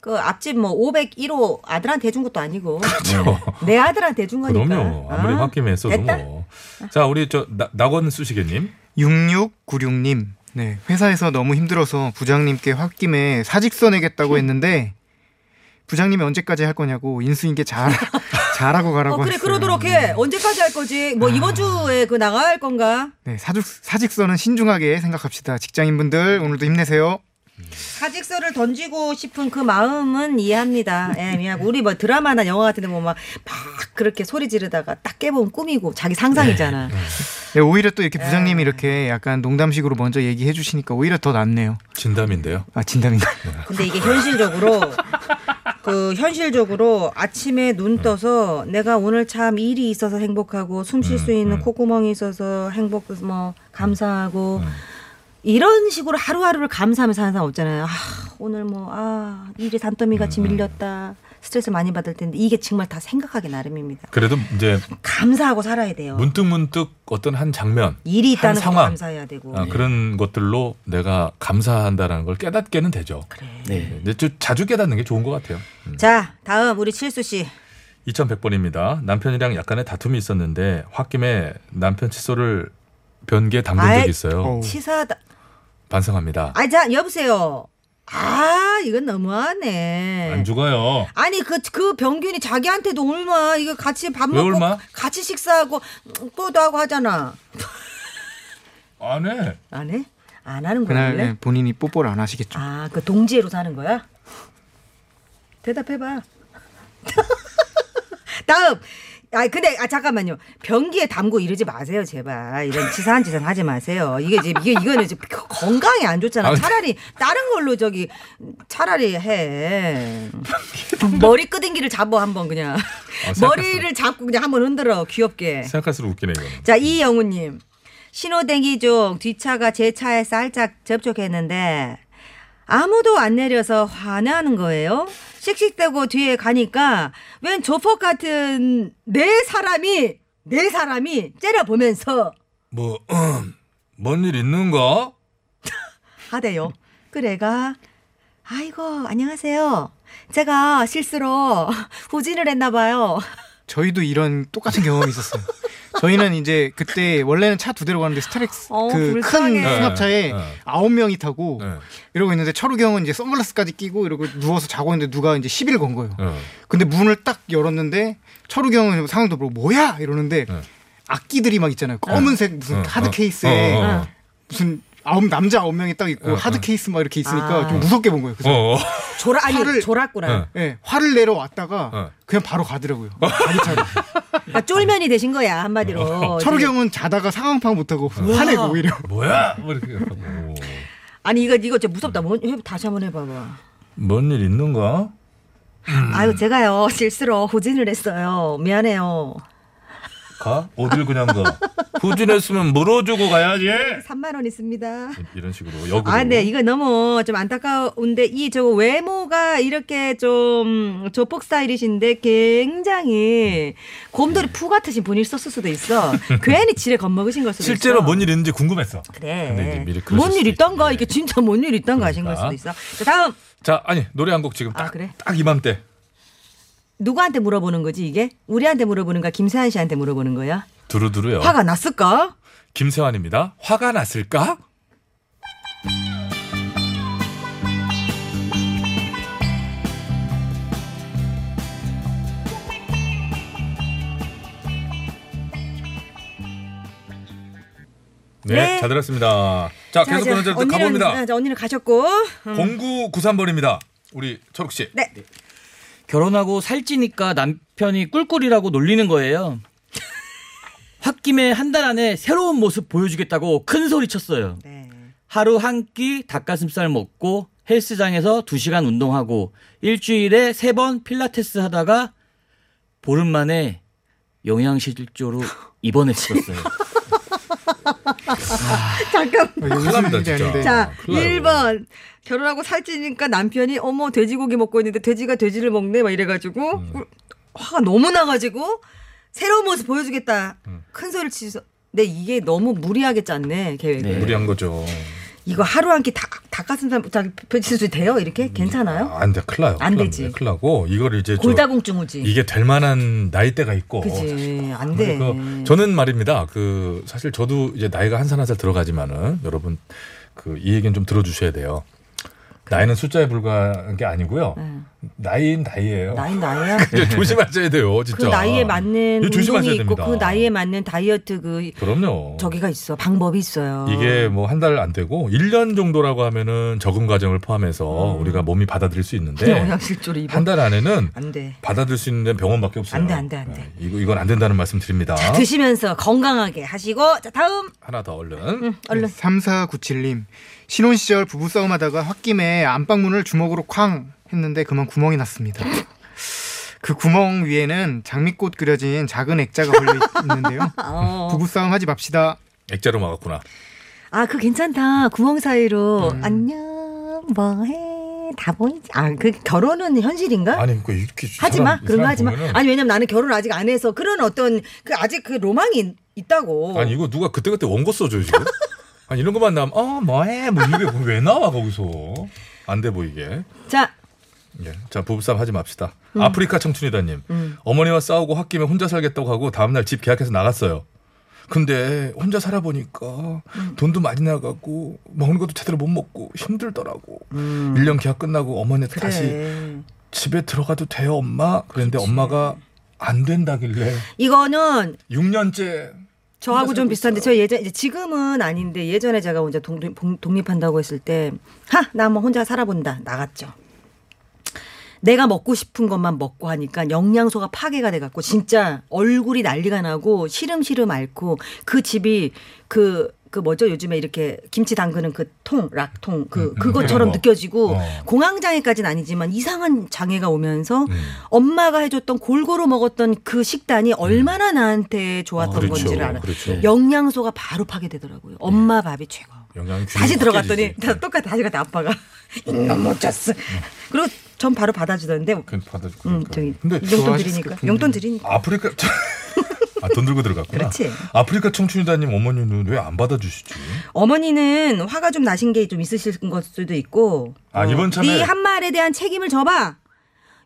Speaker 2: 그 앞집 뭐 501호 아들한테 해준 것도 아니고 내 아들한테 해준 거니까
Speaker 1: 그렇죠. 음, 그럼요. 아무리
Speaker 2: 아,
Speaker 1: 홧김에 써도
Speaker 2: 됐다.
Speaker 1: 뭐. 자, 우리 저 나- 낙원 수시개님.
Speaker 15: 6696님. 네, 회사에서 너무 힘들어서 부장님께 홧김에 사직서 내겠다고 했는데 부장님이 언제까지 할 거냐고 인수인계 잘 *laughs* 잘하고 가라고
Speaker 2: 어, 그래
Speaker 15: 했어요.
Speaker 2: 그러도록 해 언제까지 할 거지 뭐
Speaker 1: 아.
Speaker 2: 이번 주에 그 나갈 건가
Speaker 15: 네, 사직 사직서는 신중하게 생각합시다. 직장인분들 오늘도 힘내세요.
Speaker 2: 사직서를 던지고 싶은 그 마음은 이해합니다. 예, 미안. 우리 뭐 드라마나 영화 같은데 뭐 막 막 그렇게 소리 지르다가 딱 깨보면 꿈이고 자기 상상이잖아.
Speaker 15: 네, 오히려 또 이렇게 부장님이 이렇게 약간 농담식으로 먼저 얘기해 주시니까 오히려 더 낫네요.
Speaker 1: 진담인데요.
Speaker 8: *laughs*
Speaker 15: 아, 진담인가?
Speaker 2: 근데 이게 현실적으로 그 현실적으로 아침에
Speaker 15: 음.
Speaker 2: 눈 떠서 내가 오늘 참 일이 있어서 행복하고 숨 쉴
Speaker 15: 음,
Speaker 2: 수 있는 콧구멍이 있어서 행복 뭐
Speaker 15: 음,
Speaker 2: 감사하고 이런 식으로 하루하루를 감사하면서 사는 사람 없잖아요. 아, 오늘 뭐 아 일이 산더미
Speaker 15: 음,
Speaker 2: 같이 밀렸다. 스트레스 많이 받을 텐데 이게 정말 다 생각하기 나름입니다.
Speaker 1: 그래도 이제
Speaker 2: 감사하고 살아야 돼요.
Speaker 1: 문득 문득 어떤 한 장면,
Speaker 2: 일이
Speaker 1: 한
Speaker 2: 있다는 것도
Speaker 1: 상황,
Speaker 2: 감사해야 되고.
Speaker 1: 아, 그런 것들로 내가 감사한다라는 걸 깨닫게는 되죠. 네. 근데 좀 자주 깨닫는 게 좋은 것 같아요.
Speaker 2: 자, 다음 우리 칠수 씨.
Speaker 1: 2100번입니다. 남편이랑 약간의 다툼이 있었는데 홧김에 남편 칫솔을 변기에 담근
Speaker 2: 아이,
Speaker 1: 적이 있어요.
Speaker 2: 치사하다.
Speaker 1: 반성합니다.
Speaker 2: 아, 자, 여보세요. 아, 이건 너무하네.
Speaker 1: 안 죽어요.
Speaker 2: 아니 그 그 병균이 자기한테도 얼마 이거 같이 밥
Speaker 1: 왜
Speaker 2: 먹고
Speaker 1: 얼마?
Speaker 2: 같이 식사하고 음, 뽀도 하고 하잖아.
Speaker 1: 안 해.
Speaker 2: 안 해? 안 하는 거야
Speaker 15: 그날
Speaker 2: 원래?
Speaker 15: 네, 본인이 뽀뽀를 안 하시겠죠.
Speaker 2: 아, 그 동지애로 사는 거야? 대답해 봐. *laughs* 다음. 아 근데 아 잠깐만요. 변기에 담고 이러지 마세요, 제발. 이런 치사한 짓은 하지 마세요. 이게 이제 이게 이거는 이제 건강에 안 좋잖아.
Speaker 1: 아,
Speaker 2: 차라리 다른 걸로 저기 차라리 해. 머리 끄댕기를 잡어 한번 그냥.
Speaker 1: 생각했어.
Speaker 2: 머리를 잡고 그냥 한번 흔들어 귀엽게.
Speaker 1: 생각할수록 웃기네 이거.
Speaker 2: 자, 이영우님. 신호대기 중 뒷차가 제 차에 살짝 접촉했는데 아무도 안 내려서 화내는 거예요. 씩씩대고 뒤에 가니까 웬 조폭 같은 네 사람이 네 사람이 째려보면서
Speaker 1: 뭐, 뭔 일 있는가?
Speaker 2: 하대요. 그래가 아이고 안녕하세요. 제가 실수로 후진을 했나 봐요.
Speaker 15: 저희도 이런 똑같은 경험이 있었어요. 저희는 이제 그때 원래는 차 두 대로 가는데 스타렉스
Speaker 8: 어,
Speaker 15: 그
Speaker 8: 불쌍해.
Speaker 15: 큰 승합차에
Speaker 8: 네, 네.
Speaker 15: 아홉 명이 타고 이러고 있는데 철욱이 형은 이제 선글라스까지 끼고 이러고 누워서 자고 있는데 누가 이제 시비를 건 거예요.
Speaker 8: 네.
Speaker 15: 근데 문을 딱 열었는데 철욱이 형은 상황도 모르고 뭐야 이러는데 악기들이 막 있잖아요. 검은색 무슨
Speaker 8: 어,
Speaker 15: 하드
Speaker 8: 네. 어.
Speaker 15: 케이스에
Speaker 8: 어, 어.
Speaker 15: 무슨 아홉 남자 아홉 명이 딱 있고
Speaker 8: 어,
Speaker 15: 하드
Speaker 8: 어.
Speaker 15: 케이스 막 이렇게 있으니까
Speaker 8: 아.
Speaker 15: 좀 네. 무섭게 본 거예요. 그래서
Speaker 8: 어, 어.
Speaker 15: 조라 아니
Speaker 2: 조라꾸라.
Speaker 15: 화를 내러 왔다가
Speaker 8: 네.
Speaker 15: 그냥 바로 가더라고요. 자기차로.
Speaker 2: 아, 쫄면이 되신 거야 한마디로.
Speaker 15: 어, 철우 경은 자다가 상황 파악 못하고
Speaker 2: 우와.
Speaker 15: 화내고 오히려.
Speaker 1: 뭐야? 뭐 이렇게.
Speaker 2: 아니 이거 이거 진짜 무섭다. 뭐, 해- 다시 한번 해봐봐.
Speaker 1: 뭔 일 있는가?
Speaker 2: 아유 제가요 실수로 후진을 했어요. 미안해요.
Speaker 1: 가? 어딜 그냥
Speaker 2: *laughs*
Speaker 1: 가? 후진했으면 물어주고 가야지.
Speaker 2: 3만 원 있습니다.
Speaker 1: 이런 식으로 역으로.
Speaker 2: 아, 네, 이거 너무 좀 안타까운데 이 저 외모가 이렇게 좀 조폭 스타일이신데 굉장히
Speaker 1: 네.
Speaker 2: 곰돌이 푸 같으신 분이 있었을
Speaker 1: *laughs*
Speaker 2: 수도 있어. 괜히 지레 겁먹으신 걸 수도
Speaker 1: 실제로
Speaker 2: 있어.
Speaker 1: 뭔 일 있는지 궁금했어.
Speaker 2: 그래.
Speaker 1: 근데 이제 미리 그러실
Speaker 2: 뭔일
Speaker 1: 수도
Speaker 2: 있던가 이게 진짜 뭔 일 있던가 하신 걸 수도
Speaker 1: 그러니까.
Speaker 2: 있어. 자, 다음
Speaker 1: 자, 아니 노래 한 곡 지금 딱, 딱 이맘때.
Speaker 2: 누구한테 물어보는 거지 이게? 우리한테 물어보는 거야? 김세한 씨한테 물어보는 거야?
Speaker 1: 두루두루요.
Speaker 2: 화가 났을까?
Speaker 1: 김세환입니다. 화가 났을까? 네,
Speaker 2: 네.
Speaker 1: 잘 들었습니다. 자, 아, 계속 보는 자로
Speaker 2: 언니는-
Speaker 1: 가봅니다.
Speaker 2: 아, 자, 언니는 가셨고. 음.
Speaker 1: 0993번입니다. 우리 철욱 씨.
Speaker 2: 네.
Speaker 19: 결혼하고 살찌니까 남편이 꿀꿀이라고 놀리는 거예요. 홧김에 한 달 안에 새로운 모습 보여주겠다고 큰 소리 쳤어요.
Speaker 2: 네.
Speaker 19: 하루 한 끼 닭가슴살 먹고 헬스장에서 두시간 운동하고 일주일에 세 번 필라테스 하다가 보름 만에 영양실조로 입원했었어요.
Speaker 1: 어, 예.
Speaker 2: 잠깐만.
Speaker 19: 큰일 납니다, 진짜.
Speaker 1: 아,
Speaker 2: 자,
Speaker 19: 큰일 나요.
Speaker 2: 1번. 결혼하고 살찌니까 남편이 어머 돼지고기 먹고 있는데 돼지가 돼지를 먹네 막 이래가지고
Speaker 1: 음.
Speaker 2: 꿀- 화가 너무 나가지고 새로운 모습 보여주겠다
Speaker 1: 음.
Speaker 2: 큰 소리를 치셔. 근데 이게 너무 무리하게 짰네 계획을.
Speaker 1: 무리한
Speaker 2: 어?
Speaker 1: 거죠.
Speaker 2: 이거 하루 한 끼 닭가슴살 배치수 돼요?
Speaker 1: 음.
Speaker 2: 이렇게 괜찮아요?
Speaker 1: 안 돼, 큰일 나요.
Speaker 2: 안
Speaker 1: 큰일
Speaker 2: 되지.
Speaker 1: 납니다. 큰일 나고, 이걸 이제. 저-
Speaker 2: 골다공증 오지.
Speaker 1: 이게 될 만한 나이대가 있고.
Speaker 2: 그지 안 돼.
Speaker 1: 어, 그러니까 저는 말입니다. 그 사실 저도 이제 나이가 한 살 한 살 들어가지만은 여러분 그 이 얘기는 좀 들어주셔야 돼요. 나이는 숫자에 불과한 게 아니고요. 나이인 *laughs* 나이예요.
Speaker 2: 네. 나이인 나이야.
Speaker 1: 그냥 조심하셔야 돼요, 진짜.
Speaker 2: 그 나이에 맞는
Speaker 1: 이거
Speaker 2: 운동이
Speaker 1: 조심하셔야
Speaker 2: 있고
Speaker 1: 됩니다.
Speaker 2: 그 나이에 맞는 다이어트 그
Speaker 1: 그럼요.
Speaker 2: 저기가 있어 방법이 있어요.
Speaker 1: 이게 뭐 한 달 안 되고 1년 정도라고 하면은 적응 과정을 포함해서
Speaker 2: 음.
Speaker 1: 우리가 몸이 받아들일 수 있는데
Speaker 2: 네. 영양실조로 입원.
Speaker 1: 네. 한 달 안에는
Speaker 2: 안 돼.
Speaker 1: 받아들일 수 있는 데는 병원밖에 없어요. 네,
Speaker 2: 안 돼, 안 돼, 안 돼.
Speaker 1: 이거 이건 안 된다는 말씀 드립니다.
Speaker 2: 자, 드시면서 건강하게 하시고 자 다음
Speaker 1: 하나 더 얼른.
Speaker 2: 얼른.
Speaker 15: 3497님. 신혼 시절 부부 싸움하다가 홧김에 안방문을 주먹으로 쾅 했는데 그만 구멍이 났습니다. 그 구멍 위에는 장미꽃 그려진 작은 액자가 걸려 있는데요.
Speaker 1: *laughs*
Speaker 2: 어.
Speaker 15: 부부 싸움 하지 맙시다.
Speaker 1: 액자로 막았구나.
Speaker 2: 아 그 괜찮다 구멍 사이로
Speaker 1: 음.
Speaker 2: 안녕 뭐해 다 보이지 아 그 결혼은 현실인가?
Speaker 1: 아니 그 이렇게
Speaker 2: 하지 마
Speaker 1: 사람- 이
Speaker 2: 그런 거
Speaker 1: 사람
Speaker 2: 하지 마
Speaker 1: 보면은-
Speaker 2: 아니 왜냐면 나는 결혼 을 아직 안 해서 그런 어떤 그 아직 그 로망이 있- 있다고
Speaker 1: 아니 이거 누가 그때그때 원고 써줘요
Speaker 2: *laughs*
Speaker 1: 지금? 아니 이런 것만 나오면 어 뭐해 뭐 이게 뭐왜 나와 거기서 안 돼 보이게
Speaker 2: 자
Speaker 1: 예. 자 부부싸움 하지 맙시다
Speaker 2: 음.
Speaker 1: 아프리카 청춘이다님 어머니와 싸우고 홧김에 혼자 살겠다고 하고 다음날 집 계약해서 나갔어요 근데 혼자 살아보니까
Speaker 2: 음.
Speaker 1: 돈도 많이 나가고 먹는 것도 제대로 못 먹고 힘들더라고 일 1년 계약 끝나고 어머니한테
Speaker 2: 음. 그래.
Speaker 1: 다시 집에 들어가도 돼요 엄마 그랬는데 엄마가 안 된다길래
Speaker 2: 이거는
Speaker 1: 6년째
Speaker 2: 저하고
Speaker 1: 혼자
Speaker 2: 좀
Speaker 1: 살고
Speaker 2: 비슷한데 저 예전 이제 지금은 아닌데 예전에 제가 혼자 동, 립한다고 했을 때하나 뭐 혼자 살아본다 나갔죠. 내가 먹고 싶은 것만 먹고 하니까 영양소가 파괴가 돼 갖고 진짜 얼굴이 난리가 나고 시름시름 앓고 그 집이 그 그 뭐죠 요즘에 이렇게 김치 담그는 그 통 락통
Speaker 1: 음,
Speaker 2: 그 그것처럼
Speaker 8: 그런 거.
Speaker 2: 느껴지고
Speaker 8: 어.
Speaker 2: 공황장애까지는 아니지만 이상한 장애가 오면서
Speaker 1: 음.
Speaker 2: 엄마가 해줬던 골고루 먹었던 그 식단이 얼마나 나한테 좋았던
Speaker 1: 음. 아, 그렇죠.
Speaker 2: 건지를 알아.
Speaker 1: 그렇죠. 네.
Speaker 2: 영양소가 바로 파괴되더라고요. 엄마 밥이 최고.
Speaker 1: 영양
Speaker 2: 다시 들어갔더니 다 똑같아. 다시 갔다 *laughs* 아빠가 이놈 음, 못 잤어. 그리고 전 바로 받아주던데.
Speaker 1: 그냥 받아주고
Speaker 2: 음, 저기 용돈 드리니까. 용돈 드리니까.
Speaker 1: 아, 아프리카
Speaker 2: *laughs*
Speaker 1: 청- 아, 돈 들고 들어갔구나.
Speaker 2: 그렇지.
Speaker 1: 아프리카 청춘이다님 어머니는 왜 안 받아주시지?
Speaker 2: 어머니는 화가 좀 나신 게 좀 있으실 것 수도 있고. 어.
Speaker 1: 아 이번 참에
Speaker 2: 네 한 말에 대한 책임을 져봐.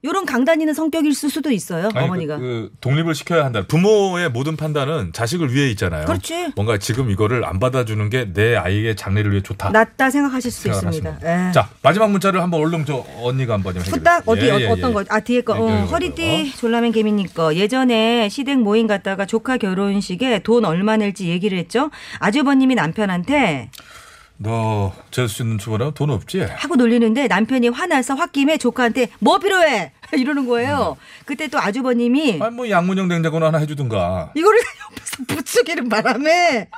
Speaker 2: 요런 강다니는 성격일 수도 있어요.
Speaker 1: 아니,
Speaker 2: 어머니가.
Speaker 1: 그, 그 독립을 시켜야 한다. 부모의 모든 판단은 자식을 위해 있잖아요.
Speaker 2: 그렇지.
Speaker 1: 뭔가 지금 이거를 안 받아주는 게 내 아이의 장래를 위해 좋다.
Speaker 2: 낫다 생각하실 수도
Speaker 1: 생각하시면
Speaker 2: 있습니다. 예.
Speaker 1: 자 마지막 문자를 한번 얼른 저 언니가 한번 좀 해결해.
Speaker 2: 후딱 어디
Speaker 1: 주세요.
Speaker 2: 어,
Speaker 1: 예, 예,
Speaker 2: 떤
Speaker 1: 예.
Speaker 2: 거? 아 뒤에 거.
Speaker 1: 예,
Speaker 2: 어,
Speaker 1: 예, 예.
Speaker 2: 허리띠 졸라맨 개미니까 예전에 시댁 모임 갔다가 조카 결혼식에 돈 얼마 낼지 얘기를 했죠. 아주버님이 남편한테
Speaker 1: 너 재수 있는 주머라 돈 없지?
Speaker 2: 하고 놀리는데 남편이 화나서 홧김에 조카한테 뭐 필요해 *laughs* 이러는 거예요.
Speaker 1: 음.
Speaker 2: 그때 또 아주버님이
Speaker 1: 뭐 양문형 냉장고나 하나 해주든가.
Speaker 2: 이거를 *laughs* 옆에서 부추기는 바람에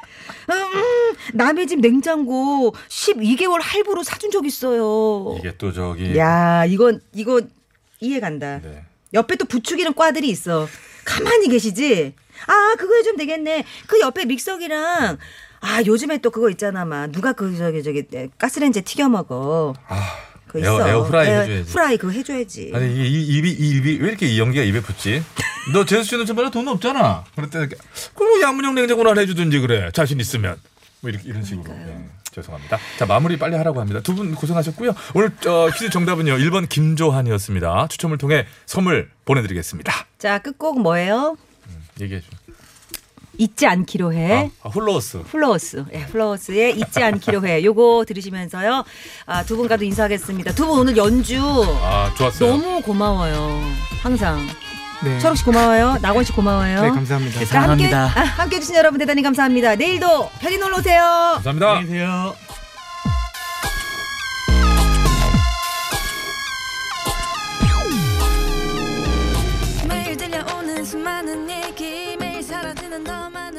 Speaker 2: 음, 남의 집 냉장고 12개월 할부로 사준 적 있어요.
Speaker 1: 이게 또
Speaker 2: 네.
Speaker 1: 저기
Speaker 2: 야, 이건 이거 이해 간다.
Speaker 1: 네.
Speaker 2: 옆에 또 부추기는 과들이 있어. 가만히 계시지. 아, 그거 해주면 되겠네. 그 옆에 믹서기랑 아, 요즘에 또 그거 있잖아, 막 누가 그 저기 저기 가스렌지 에 튀겨 먹어. 그거
Speaker 1: 아, 에어-
Speaker 2: 있어.
Speaker 1: 에어프라이
Speaker 2: 에어-
Speaker 1: 해줘야지.
Speaker 2: 프라이 그거 해줘야지.
Speaker 1: 아니 이게 이- 입이 이 입이 왜 이렇게 이 연기가 입에 붙지? 너 재수 있는 주머라 돈 없잖아. 그랬더니 이렇게, 그럼 뭐 양문형 냉장고나 하나 해주든지 그래. 자신 있으면 뭐 이렇게 이런 식으로. 예, 죄송합니다. 자 마무리 빨리 하라고 합니다. 두 분 고생하셨고요. 오늘 어, 퀴즈 정답은요. 1번 김조한이었습니다. 추첨을 통해 선물 보내드리겠습니다.
Speaker 2: 자, 끝곡 뭐예요?
Speaker 1: 얘기해 줘.
Speaker 2: 잊지 않기로 해.
Speaker 1: 아, 홀로우스.
Speaker 2: 플러스, 예, 플러스의 잊지 않기로 해. 요거 들으시면서요. 아, 두 분과도 인사하겠습니다. 두 분 오늘 연주
Speaker 1: 아 좋았어요.
Speaker 2: 너무 고마워요. 항상.
Speaker 15: 네.
Speaker 2: 철욱 씨 고마워요. 낙원 씨 고마워요.
Speaker 15: 네, 감사합니다.
Speaker 2: 자, 함께, 아, 함께 해주신 여러분 대단히 감사합니다. 내일도 편히 놀러 오세요.
Speaker 1: 감사합니다. 안녕히
Speaker 19: 계세요.
Speaker 8: 매일 들려오는 수많은 얘기 매일 사라지는 너만의